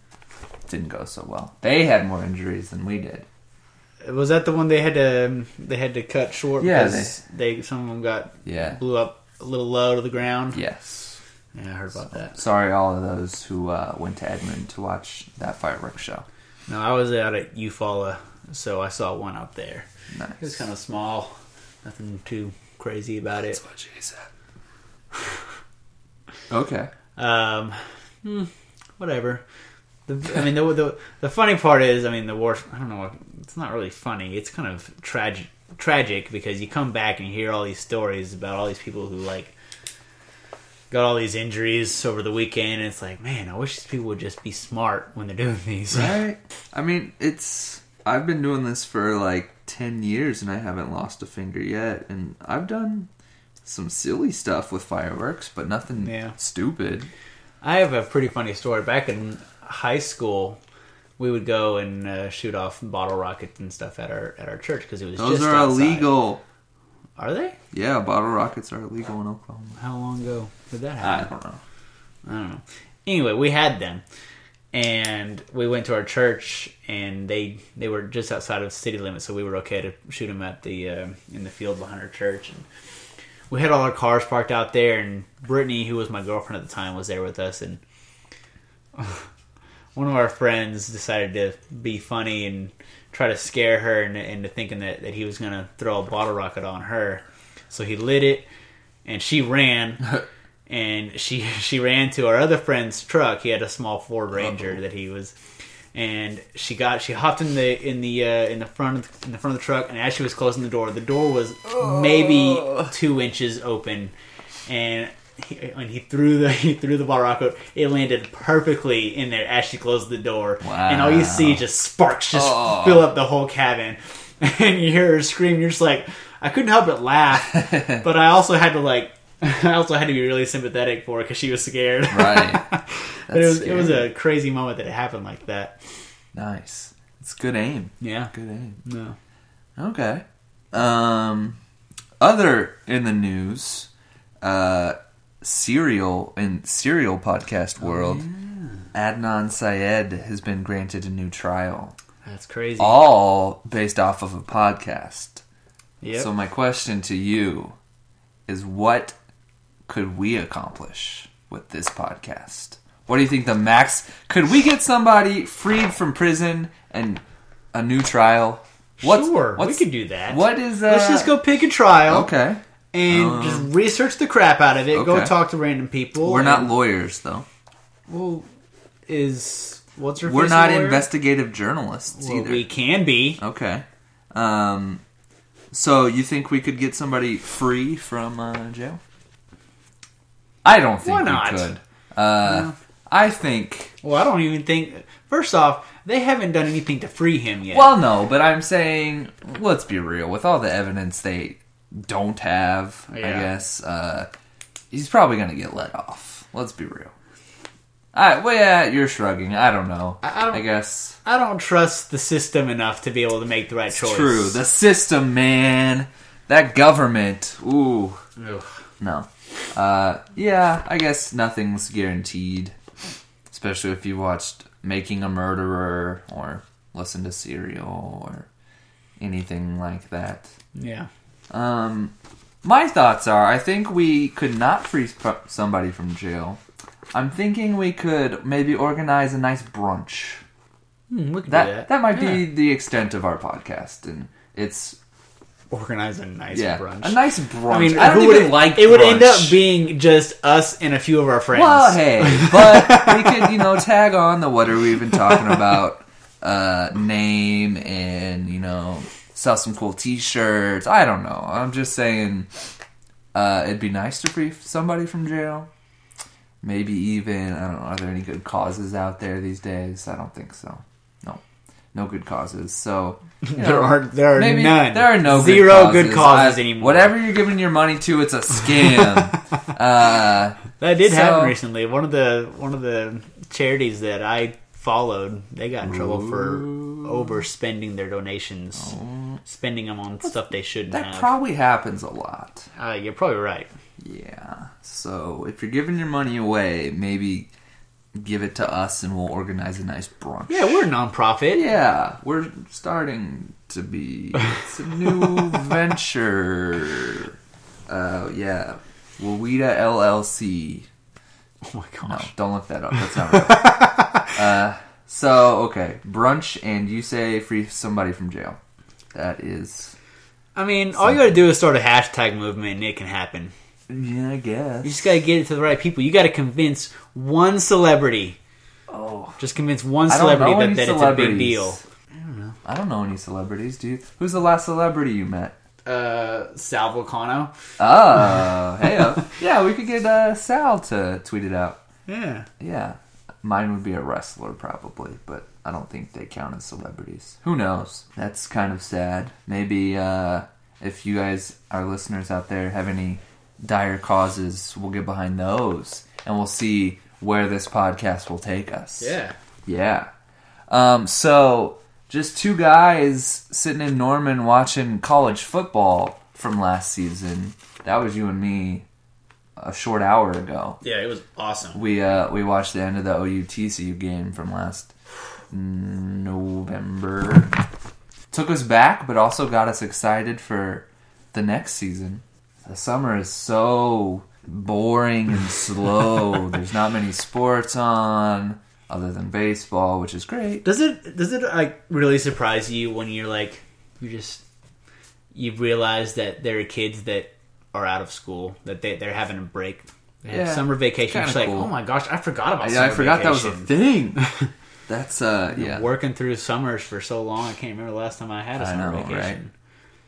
[SPEAKER 1] didn't go so well. They had more injuries than we did.
[SPEAKER 3] was that the one they had to um, they had to cut short?
[SPEAKER 1] Yeah,
[SPEAKER 3] because they, some of them got
[SPEAKER 1] Yeah.
[SPEAKER 3] blew up a little low to the ground.
[SPEAKER 1] Yes.
[SPEAKER 3] Yeah, I heard about that.
[SPEAKER 1] Sorry, all of those who uh, went to Edmond to watch that fireworks show.
[SPEAKER 3] No, I was out at Eufaula, so I saw one out there.
[SPEAKER 1] Nice.
[SPEAKER 3] It was kind of small, nothing too crazy about it.
[SPEAKER 1] That's what she said. [laughs] okay.
[SPEAKER 3] Um, hmm, whatever. The, I mean, the, the the funny part is, I mean, the war. I don't know. It's not really funny. It's kind of tragic. Tragic because you come back and you hear all these stories about all these people who like got all these injuries over the weekend. And it's like, man, I wish these people would just be smart when they're doing these.
[SPEAKER 1] Right? I mean, it's. I've been doing this for like 10 years and I haven't lost a finger yet. And I've done some silly stuff with fireworks, but nothing
[SPEAKER 3] Yeah.
[SPEAKER 1] stupid.
[SPEAKER 3] I have a pretty funny story. Back in high school, we would go and uh, shoot off bottle rockets and stuff at our at our church because it was
[SPEAKER 1] Those
[SPEAKER 3] just
[SPEAKER 1] are
[SPEAKER 3] outside.
[SPEAKER 1] illegal.
[SPEAKER 3] Are they?
[SPEAKER 1] Yeah, bottle rockets are illegal in Oklahoma.
[SPEAKER 3] How long ago did that happen?
[SPEAKER 1] I don't know.
[SPEAKER 3] I don't know. Anyway, we had them, and we went to our church, and they they were just outside of city limits, so we were okay to shoot them at the uh, in the field behind our church. And we had all our cars parked out there, and Brittany, who was my girlfriend at the time, was there with us, and one of our friends decided to be funny and try to scare her into, into thinking that, that he was going to throw a bottle rocket on her. So he lit it, and she ran. and she [laughs] she ran to our other friend's truck. He had a small Ford Ranger that he was. And she got she hopped in the in the uh, in the front of the, in the front of the truck, and as she was closing the door, the door was maybe two inches open, and he, when he threw the [laughs] he threw the bottle rocket, it landed perfectly in there as she closed the door,
[SPEAKER 1] Wow.
[SPEAKER 3] and all you see just sparks just
[SPEAKER 1] Oh.
[SPEAKER 3] fill up the whole cabin, [laughs] and you hear her scream. You're just like, I couldn't help
[SPEAKER 1] [laughs]
[SPEAKER 3] but laugh, but I also had to like, [laughs] I also had to be really sympathetic for her because she was scared.
[SPEAKER 1] Right.
[SPEAKER 3] [laughs] but it was it was
[SPEAKER 1] scary.
[SPEAKER 3] a crazy moment that it happened like that.
[SPEAKER 1] Nice. It's good aim.
[SPEAKER 3] Yeah.
[SPEAKER 1] Good aim.
[SPEAKER 3] No.
[SPEAKER 1] Okay. Um, other in the news, uh, serial in serial podcast
[SPEAKER 3] Oh,
[SPEAKER 1] world, Adnan Syed has been granted a new trial,
[SPEAKER 3] That's crazy.
[SPEAKER 1] all based off of a podcast.
[SPEAKER 3] yep.
[SPEAKER 1] So my question to you is, what could we accomplish with this podcast? What do you think the max? Could we get somebody freed from prison and a new trial? What's-
[SPEAKER 3] sure,
[SPEAKER 1] what's-
[SPEAKER 3] we could do that.
[SPEAKER 1] what is that?
[SPEAKER 3] Let's just go pick a trial
[SPEAKER 1] Okay. Uh,
[SPEAKER 3] and just research the crap out of it. Go
[SPEAKER 1] okay.
[SPEAKER 3] talk to random people.
[SPEAKER 1] We're
[SPEAKER 3] and-
[SPEAKER 1] not lawyers, though.
[SPEAKER 3] Well, is what's her?
[SPEAKER 1] We're
[SPEAKER 3] face
[SPEAKER 1] not
[SPEAKER 3] lawyer?
[SPEAKER 1] investigative journalists
[SPEAKER 3] Well,
[SPEAKER 1] either.
[SPEAKER 3] we can be.
[SPEAKER 1] Okay. Um, so you think we could get somebody free from uh, jail? I don't think
[SPEAKER 3] Why not?
[SPEAKER 1] we could. Uh, I think.
[SPEAKER 3] Well, I don't even think. First off, they haven't done anything to free him yet.
[SPEAKER 1] Well, no, but I'm saying let's be real. With all the evidence they don't have, I
[SPEAKER 3] Yeah.
[SPEAKER 1] guess uh, he's probably going to get let off. Let's be real. I well, yeah, you're shrugging. I don't know.
[SPEAKER 3] I- I don't-
[SPEAKER 1] I guess.
[SPEAKER 3] I don't trust the system enough to be able to make the right choice.
[SPEAKER 1] True. The system, man. That government. Ooh.
[SPEAKER 3] Ugh.
[SPEAKER 1] No. Uh, yeah, I guess nothing's guaranteed. Especially if you watched Making a Murderer or listened to Serial or anything like that.
[SPEAKER 3] Yeah.
[SPEAKER 1] Um, my thoughts are I think we could not free sp- somebody from jail. I'm thinking we could maybe organize a nice brunch
[SPEAKER 3] Hmm, we could
[SPEAKER 1] that
[SPEAKER 3] do
[SPEAKER 1] that,
[SPEAKER 3] that.
[SPEAKER 1] might
[SPEAKER 3] Yeah.
[SPEAKER 1] be the extent of our podcast and it's
[SPEAKER 3] organize a nice
[SPEAKER 1] yeah
[SPEAKER 3] brunch.
[SPEAKER 1] a nice brunch
[SPEAKER 3] I mean,
[SPEAKER 1] I don't
[SPEAKER 3] who would
[SPEAKER 1] even like
[SPEAKER 3] it would end
[SPEAKER 1] brunch.
[SPEAKER 3] up being just us and a few of our friends.
[SPEAKER 1] well
[SPEAKER 3] [laughs]
[SPEAKER 1] hey but we could you know tag on the what are we even talking about uh name and you know sell some cool t-shirts I don't know I'm just saying uh it'd be nice to free somebody from jail maybe even I don't know are there any good causes out there these days I don't think so no no good causes so
[SPEAKER 3] [laughs]
[SPEAKER 1] you
[SPEAKER 3] there
[SPEAKER 1] know,
[SPEAKER 3] are there are
[SPEAKER 1] Maybe
[SPEAKER 3] none.
[SPEAKER 1] there are no
[SPEAKER 3] zero
[SPEAKER 1] good causes,
[SPEAKER 3] good causes
[SPEAKER 1] I-
[SPEAKER 3] anymore.
[SPEAKER 1] Whatever you're giving your money to, it's a scam.
[SPEAKER 3] [laughs]
[SPEAKER 1] uh,
[SPEAKER 3] that did
[SPEAKER 1] so-
[SPEAKER 3] happen recently. One of the one of the charities that I followed, they got in trouble for overspending their donations, spending them on stuff they shouldn't
[SPEAKER 1] Oh. that
[SPEAKER 3] have.
[SPEAKER 1] probably happens a lot.
[SPEAKER 3] uh, you're probably right.
[SPEAKER 1] Yeah. So if you're giving your money away, maybe give it to us, and we'll organize a nice brunch.
[SPEAKER 3] Yeah, we're a nonprofit.
[SPEAKER 1] yeah, we're starting to
[SPEAKER 3] [laughs]
[SPEAKER 1] be. It's a new venture. Uh, yeah, Wawita LLC.
[SPEAKER 3] Oh
[SPEAKER 1] No,
[SPEAKER 3] my Oh gosh.
[SPEAKER 1] Oh,
[SPEAKER 3] [laughs]
[SPEAKER 1] don't look that up. That's not real. uh, So okay, brunch, and you say free somebody from jail. That is,
[SPEAKER 3] I mean, all you got to do is start a hashtag movement, and it can happen.
[SPEAKER 1] yeah, I
[SPEAKER 3] You
[SPEAKER 1] guess.
[SPEAKER 3] just got to get it to the right people. You got to convince one celebrity.
[SPEAKER 1] Oh,
[SPEAKER 3] Just convince one
[SPEAKER 1] I don't
[SPEAKER 3] celebrity
[SPEAKER 1] know any
[SPEAKER 3] that, that it's a big
[SPEAKER 1] celebrities.
[SPEAKER 3] deal.
[SPEAKER 1] I don't know any celebrities. Do you? Who's the last celebrity you met?
[SPEAKER 3] Uh, Sal Volcano.
[SPEAKER 1] Oh, hey, [laughs] yeah, we could get uh, Sal to tweet it out.
[SPEAKER 3] Yeah.
[SPEAKER 1] Yeah, mine would be a wrestler probably, but I don't think they count as celebrities. Who knows? That's kind of sad. Maybe uh, if you guys, our listeners out there, have any dire causes, we'll get behind those, and we'll see where this podcast will take us.
[SPEAKER 3] Yeah.
[SPEAKER 1] Yeah. Um, so just two guys sitting in Norman watching college football from last season. That was you and me a short hour ago.
[SPEAKER 3] Yeah, it was awesome.
[SPEAKER 1] We uh we watched the end of the OUTCU game from last November. Took us back, but also got us excited for the next season. The summer is so boring and [laughs] slow. There's not many sports on other than baseball, which is great.
[SPEAKER 3] Does it does it like really surprise you when you're like you just you realize that there are kids that are out of school that they they're having a break. They have
[SPEAKER 1] Yeah.
[SPEAKER 3] summer vacation.
[SPEAKER 1] It's
[SPEAKER 3] It's
[SPEAKER 1] kinda
[SPEAKER 3] like,
[SPEAKER 1] cool.
[SPEAKER 3] oh my gosh, I forgot about.
[SPEAKER 1] Yeah,
[SPEAKER 3] summer
[SPEAKER 1] I forgot that was a
[SPEAKER 3] vacation.
[SPEAKER 1] thing. That's [laughs] uh yeah.
[SPEAKER 3] Working through summers for so long, I can't remember the last time I had a
[SPEAKER 1] I
[SPEAKER 3] summer
[SPEAKER 1] know,
[SPEAKER 3] vacation.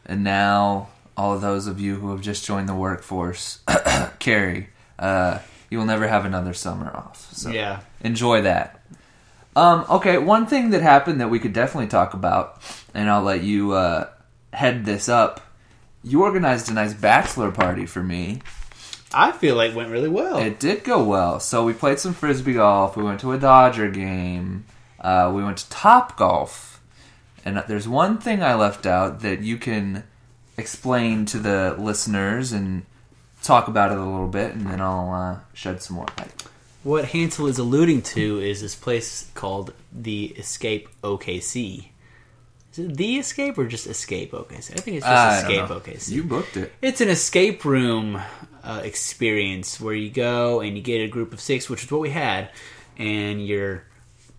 [SPEAKER 1] And now, all of those of you who have just joined the workforce, [coughs] Carrie, uh, you will never have another summer off. So
[SPEAKER 3] Yeah,
[SPEAKER 1] enjoy that. Um, okay, one thing that happened that we could definitely talk about, and I'll let you uh, head this up. You organized a nice bachelor party for me.
[SPEAKER 3] I feel like it went really well.
[SPEAKER 1] It did go well. So we played some frisbee golf. We went to a Dodger game. Uh, we went to Top Golf. And there's one thing I left out that you can explain to the listeners and talk about it a little bit, and then I'll uh, shed some more light.
[SPEAKER 3] What Hansel is alluding to is this place called the Escape OKC. Is it the Escape or just Escape OKC? I think it's just
[SPEAKER 1] I don't
[SPEAKER 3] Escape
[SPEAKER 1] know.
[SPEAKER 3] OKC.
[SPEAKER 1] You booked it.
[SPEAKER 3] It's an escape room uh, experience where you go and you get a group of six, which is what we had, and you're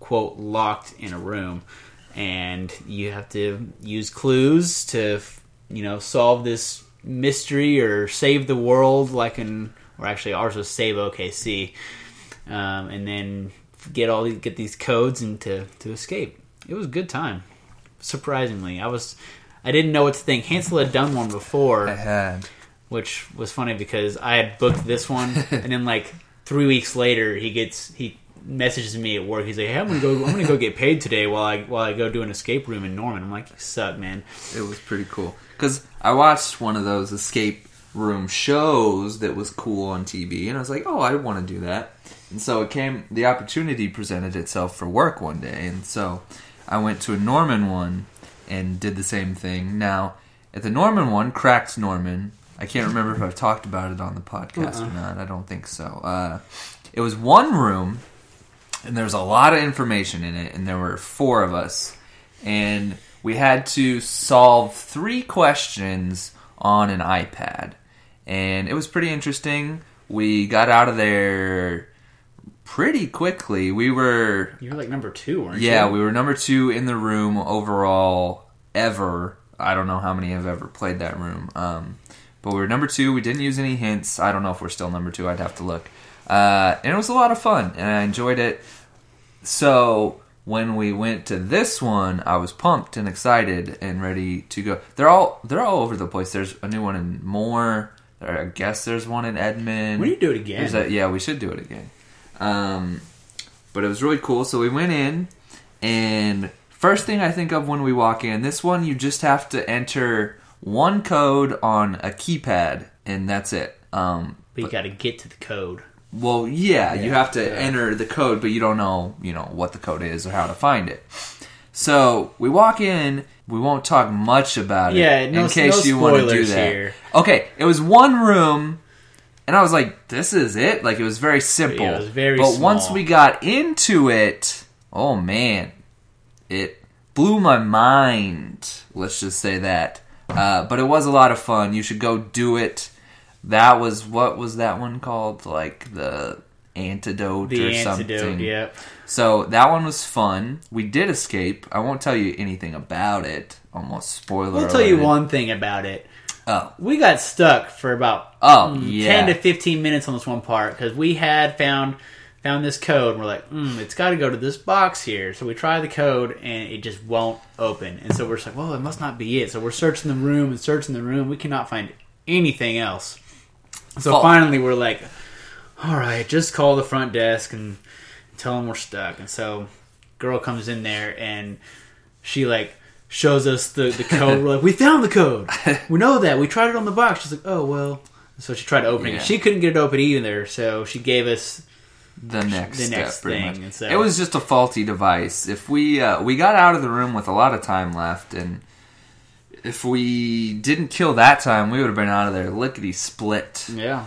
[SPEAKER 3] quote locked in a room, and you have to use clues to you know solve this mystery or save the world, like in or actually ours was save OKC, um, and then get all these, get these codes and to to escape. It was a good time, surprisingly. I was. I didn't know what to think. Hansel had done one
[SPEAKER 1] [laughs]
[SPEAKER 3] before
[SPEAKER 1] I had.
[SPEAKER 3] which was funny because I had booked
[SPEAKER 1] [laughs]
[SPEAKER 3] this one, and then like three weeks later, he gets he messages me at work. He's like, "Hey, I'm gonna go. I'm gonna go get paid today while I while I go do an escape room in Norman." I'm like, "You suck, man."
[SPEAKER 1] It was pretty cool. Because I watched one of those escape room shows that was cool on TV, and I was like, oh, I want to do that. And so it came, the opportunity presented itself for work one day. And so I went to a Norman one and did the same thing. Now, at the Norman one, Cracked Norman, I can't remember if I've talked about it on the podcast or not. I don't think so. Uh, it was one room and there was a lot of information in it, and there were four of us, and we had to solve three questions on an iPad, and it was pretty interesting. We got out of there pretty quickly. We were
[SPEAKER 3] You were like number two, weren't you?
[SPEAKER 1] yeah, we were number two in the room overall ever. I don't know how many have ever played that room. Um, but we were number two. We didn't use any hints. I don't know if we're still number two. I'd have to look. Uh, and it was a lot of fun, and I enjoyed it. So when we went to this one, I was pumped and excited and ready to go. They're all they're all over the place. There's a new one in Moore. There, I guess there's one in Edmond.
[SPEAKER 3] When do you do it again?
[SPEAKER 1] There's a- yeah, we should do it again. Um, but it was really cool. So we went in, and first thing I think of when we walk in, this one you just have to enter one code on a keypad, and that's it. Um,
[SPEAKER 3] but you got to get to the code.
[SPEAKER 1] well, yeah, you have to
[SPEAKER 3] yeah.
[SPEAKER 1] enter the code, but you don't know, you know, what the code is or how to find it. So we walk in. We won't talk much about it.
[SPEAKER 3] Yeah, no-
[SPEAKER 1] in case
[SPEAKER 3] no
[SPEAKER 1] you want to do
[SPEAKER 3] spoilers
[SPEAKER 1] that.
[SPEAKER 3] here.
[SPEAKER 1] Okay, it was one room, and I was like, "This is it." Like it was very simple.
[SPEAKER 3] Yeah, it was very
[SPEAKER 1] But once
[SPEAKER 3] small.
[SPEAKER 1] we got into it, oh man, it blew my mind. Let's just say that. Uh, but it was a lot of fun. You should go do it. That was what was that one called? Like the antidote or
[SPEAKER 3] The antidote.
[SPEAKER 1] something.
[SPEAKER 3] Yep.
[SPEAKER 1] So that one was fun. We did escape. I won't tell you anything about it. Almost spoiler.
[SPEAKER 3] We'll tell you
[SPEAKER 1] alert.
[SPEAKER 3] one thing about it.
[SPEAKER 1] Oh,
[SPEAKER 3] We got stuck for about
[SPEAKER 1] Oh,
[SPEAKER 3] mm,
[SPEAKER 1] yeah.
[SPEAKER 3] ten to fifteen minutes on this one part because we had found found this code. And we're like, mm, it's got to go to this box here. So we try the code and it just won't open. And so we're just like, well, it must not be it. So we're searching the room and searching the room. We cannot find anything else. So
[SPEAKER 1] Fault.
[SPEAKER 3] finally, we're like, all right, just call the front desk and tell them we're stuck. And so girl comes in there and she like shows us the, the code. We're like, we found
[SPEAKER 1] [laughs]
[SPEAKER 3] the code. We know that. We tried it on the box. She's like, oh well. So she tried to open
[SPEAKER 1] Yeah.
[SPEAKER 3] it. She couldn't get it open either. So she gave us
[SPEAKER 1] the next
[SPEAKER 3] The
[SPEAKER 1] step,
[SPEAKER 3] next
[SPEAKER 1] pretty
[SPEAKER 3] thing,
[SPEAKER 1] much.
[SPEAKER 3] and so-
[SPEAKER 1] It was just a faulty device. If we uh, we got out of the room with a lot of time left, and if we didn't kill that time, we would have been out of there lickety split.
[SPEAKER 3] yeah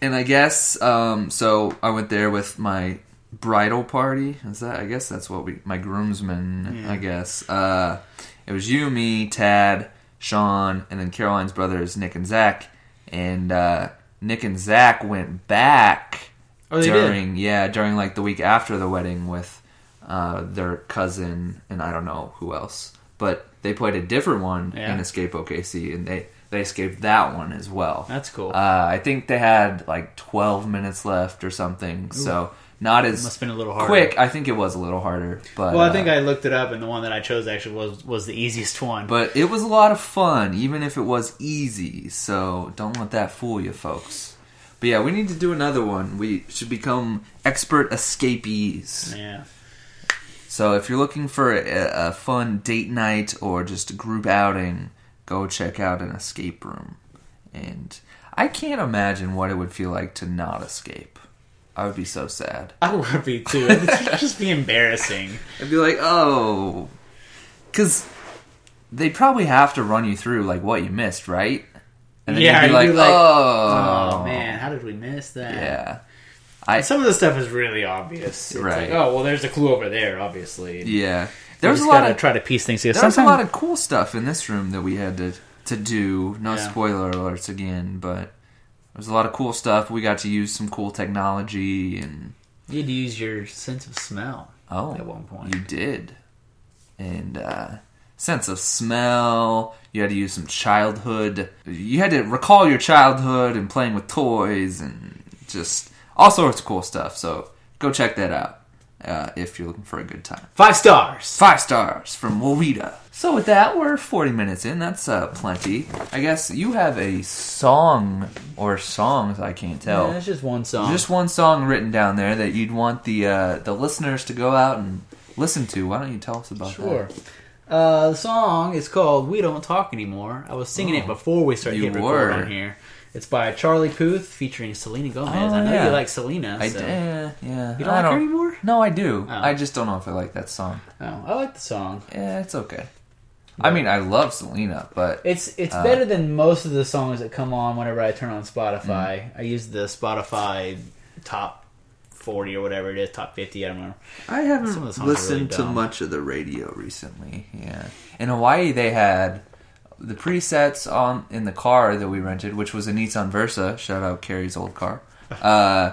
[SPEAKER 1] And I guess um, so. I went there with my bridal party. Is that? I guess that's what we. My groomsmen.
[SPEAKER 3] Yeah.
[SPEAKER 1] I guess. Uh, it was you, me, Tad, Sean, and then Caroline's brothers, Nick and Zach. And uh, Nick and Zach went back
[SPEAKER 3] Oh, they did?
[SPEAKER 1] during yeah during like the week after the wedding with uh, their cousin and I don't know who else. But they played a different one
[SPEAKER 3] Yeah.
[SPEAKER 1] in Escape OKC, and they they escaped that one as well.
[SPEAKER 3] That's cool.
[SPEAKER 1] Uh, I think they had like 12 minutes left or something, so not as
[SPEAKER 3] must have been a little harder.
[SPEAKER 1] quick. I think it was a little harder, but
[SPEAKER 3] Well, I think
[SPEAKER 1] uh,
[SPEAKER 3] I looked it up, and the one that I chose actually was was the easiest one.
[SPEAKER 1] but it was a lot of fun, even if it was easy. So don't let that fool you, folks. But yeah, we need to do another one. We should become expert escapees.
[SPEAKER 3] yeah,
[SPEAKER 1] So if you're looking for a, a fun date night or just a group outing, go check out an escape room. And I can't imagine what it would feel like to not escape. I would be so sad.
[SPEAKER 3] I would be too. [laughs] It'd just be embarrassing.
[SPEAKER 1] I'd be like, oh, because they probably have to run you through like what you missed, right? And then
[SPEAKER 3] Yeah,
[SPEAKER 1] you'd be like,
[SPEAKER 3] you'd be like,
[SPEAKER 1] [laughs] oh,
[SPEAKER 3] Oh, man, how did we miss that?
[SPEAKER 1] yeah,
[SPEAKER 3] And some of the stuff is really obvious. It's like,
[SPEAKER 1] Right.
[SPEAKER 3] oh well, there's a clue over there, obviously.
[SPEAKER 1] yeah.
[SPEAKER 3] You
[SPEAKER 1] There was
[SPEAKER 3] just
[SPEAKER 1] a lot
[SPEAKER 3] gotta
[SPEAKER 1] of
[SPEAKER 3] try to piece things together.
[SPEAKER 1] There was a
[SPEAKER 3] Sometimes-
[SPEAKER 1] lot of cool stuff in this room that we had to to do. No
[SPEAKER 3] Yeah.
[SPEAKER 1] spoiler alerts again, but there was a lot of cool stuff. We got to use some cool technology, and
[SPEAKER 3] You had to use your sense of smell
[SPEAKER 1] oh,
[SPEAKER 3] at one point.
[SPEAKER 1] you did. And uh, sense of smell. You had to use some childhood. You had to recall your childhood and playing with toys and just all sorts of cool stuff. So go check that out uh, if you're looking for a good time.
[SPEAKER 3] Five stars.
[SPEAKER 1] Five stars from Warita. So with that, we're 40 minutes in. That's uh, plenty. I guess you have a song or songs, I can't tell.
[SPEAKER 3] Yeah, that's just one song.
[SPEAKER 1] Just one song written down there that you'd want the uh, the listeners to go out and listen to. Why don't you tell us about
[SPEAKER 3] sure.
[SPEAKER 1] that?
[SPEAKER 3] Uh, the song is called "We Don't Talk Anymore." I was singing it before we started
[SPEAKER 1] Oh. You
[SPEAKER 3] hitting record
[SPEAKER 1] were.
[SPEAKER 3] on here. It's by Charlie Puth featuring Selena Gomez.
[SPEAKER 1] Oh,
[SPEAKER 3] I know
[SPEAKER 1] yeah.
[SPEAKER 3] you like Selena.
[SPEAKER 1] I
[SPEAKER 3] so-
[SPEAKER 1] d- eh, yeah.
[SPEAKER 3] You don't
[SPEAKER 1] I
[SPEAKER 3] like her
[SPEAKER 1] don't
[SPEAKER 3] anymore?
[SPEAKER 1] No, I do.
[SPEAKER 3] Oh.
[SPEAKER 1] I just don't know if I like that song.
[SPEAKER 3] Oh, I like the song.
[SPEAKER 1] Yeah, it's okay. I mean, I love Selena, but
[SPEAKER 3] It's it's
[SPEAKER 1] Uh,
[SPEAKER 3] better than most of the songs that come on whenever I turn on Spotify.
[SPEAKER 1] Mm.
[SPEAKER 3] I use the Spotify top forty or whatever it is, top fifty. I don't know.
[SPEAKER 1] I
[SPEAKER 3] Some of the
[SPEAKER 1] haven't
[SPEAKER 3] songs are
[SPEAKER 1] listened
[SPEAKER 3] really
[SPEAKER 1] to
[SPEAKER 3] dumb.
[SPEAKER 1] much of the radio recently. Yeah, in Hawaii they had the presets on in the car that we rented, which was a Nissan Versa. Shout out Carrie's old
[SPEAKER 3] [laughs]
[SPEAKER 1] car. Uh,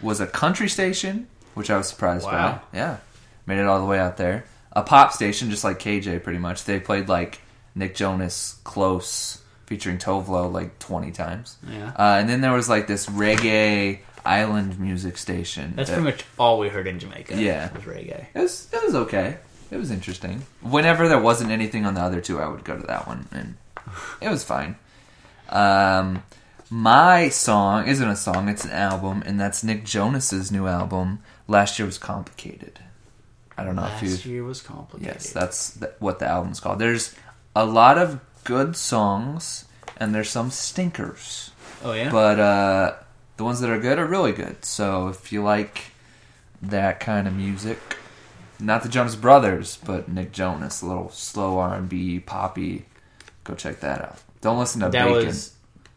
[SPEAKER 1] was a country station, which I was surprised
[SPEAKER 3] Wow.
[SPEAKER 1] by. Yeah, made it all the way out there. A pop station, just like KJ, pretty much. They played like Nick Jonas, Close, featuring Tovlo, like twenty times.
[SPEAKER 3] Yeah.
[SPEAKER 1] Uh, and then there was like this reggae island music station.
[SPEAKER 3] That's
[SPEAKER 1] that-
[SPEAKER 3] pretty much all we heard in Jamaica.
[SPEAKER 1] Yeah.
[SPEAKER 3] was reggae.
[SPEAKER 1] it was it was okay. It was interesting. Whenever there wasn't anything on the other two, I would go to that one, and it was fine. Um, my song isn't a song; it's an album, and that's Nick Jonas's new album. Last year was complicated. I don't know if you
[SPEAKER 3] Last year was complicated.
[SPEAKER 1] Yes, that's th- what the album's called. There's a lot of good songs, and there's some stinkers.
[SPEAKER 3] oh yeah.
[SPEAKER 1] But uh, the ones that are good are really good. So if you like that kind of music, not the Jonas Brothers, but Nick Jonas, a little slow R and B, poppy, go check that out. Don't listen to
[SPEAKER 3] that
[SPEAKER 1] Bacon.
[SPEAKER 3] was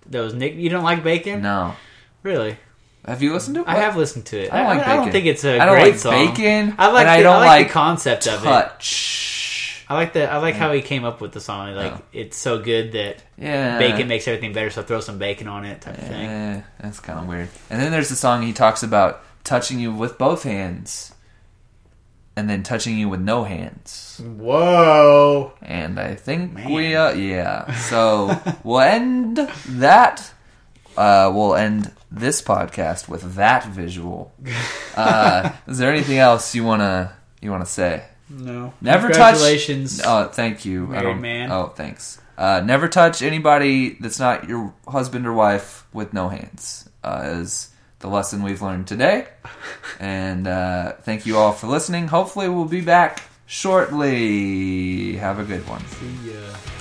[SPEAKER 3] that was Nick. You don't like bacon?
[SPEAKER 1] No,
[SPEAKER 3] Really?
[SPEAKER 1] have you listened to? it?
[SPEAKER 3] I have listened to it.
[SPEAKER 1] I don't like
[SPEAKER 3] I, don't
[SPEAKER 1] bacon.
[SPEAKER 3] think it's a
[SPEAKER 1] I don't
[SPEAKER 3] great
[SPEAKER 1] like
[SPEAKER 3] song.
[SPEAKER 1] bacon,
[SPEAKER 3] I like.
[SPEAKER 1] and
[SPEAKER 3] the,
[SPEAKER 1] I don't
[SPEAKER 3] like,
[SPEAKER 1] like
[SPEAKER 3] the concept of it.
[SPEAKER 1] touch.
[SPEAKER 3] I like the. I like how he came up with the song. Like it's so good that
[SPEAKER 1] Yeah,
[SPEAKER 3] bacon makes everything better. So throw some bacon on it, type of thing.
[SPEAKER 1] Eh, that's kind of weird. And then there's the song he talks about touching you with both hands and then touching you with no hands.
[SPEAKER 3] Whoa.
[SPEAKER 1] And I think
[SPEAKER 3] Man.
[SPEAKER 1] we uh yeah. So [laughs] we'll end that. Uh, we'll end this podcast with that
[SPEAKER 3] [laughs]
[SPEAKER 1] visual. Uh, is there anything else you wanna you wanna say?
[SPEAKER 3] No.
[SPEAKER 1] Never touch.
[SPEAKER 3] Congratulations.
[SPEAKER 1] Oh, thank you. I
[SPEAKER 3] Married
[SPEAKER 1] don't,
[SPEAKER 3] man.
[SPEAKER 1] Oh, thanks. Uh, never touch anybody that's not your husband or wife with no hands. Uh, is the lesson we've learned
[SPEAKER 3] [laughs]
[SPEAKER 1] today. And uh, thank you all for listening. Hopefully, we'll be back shortly. Have a good one.
[SPEAKER 3] See ya.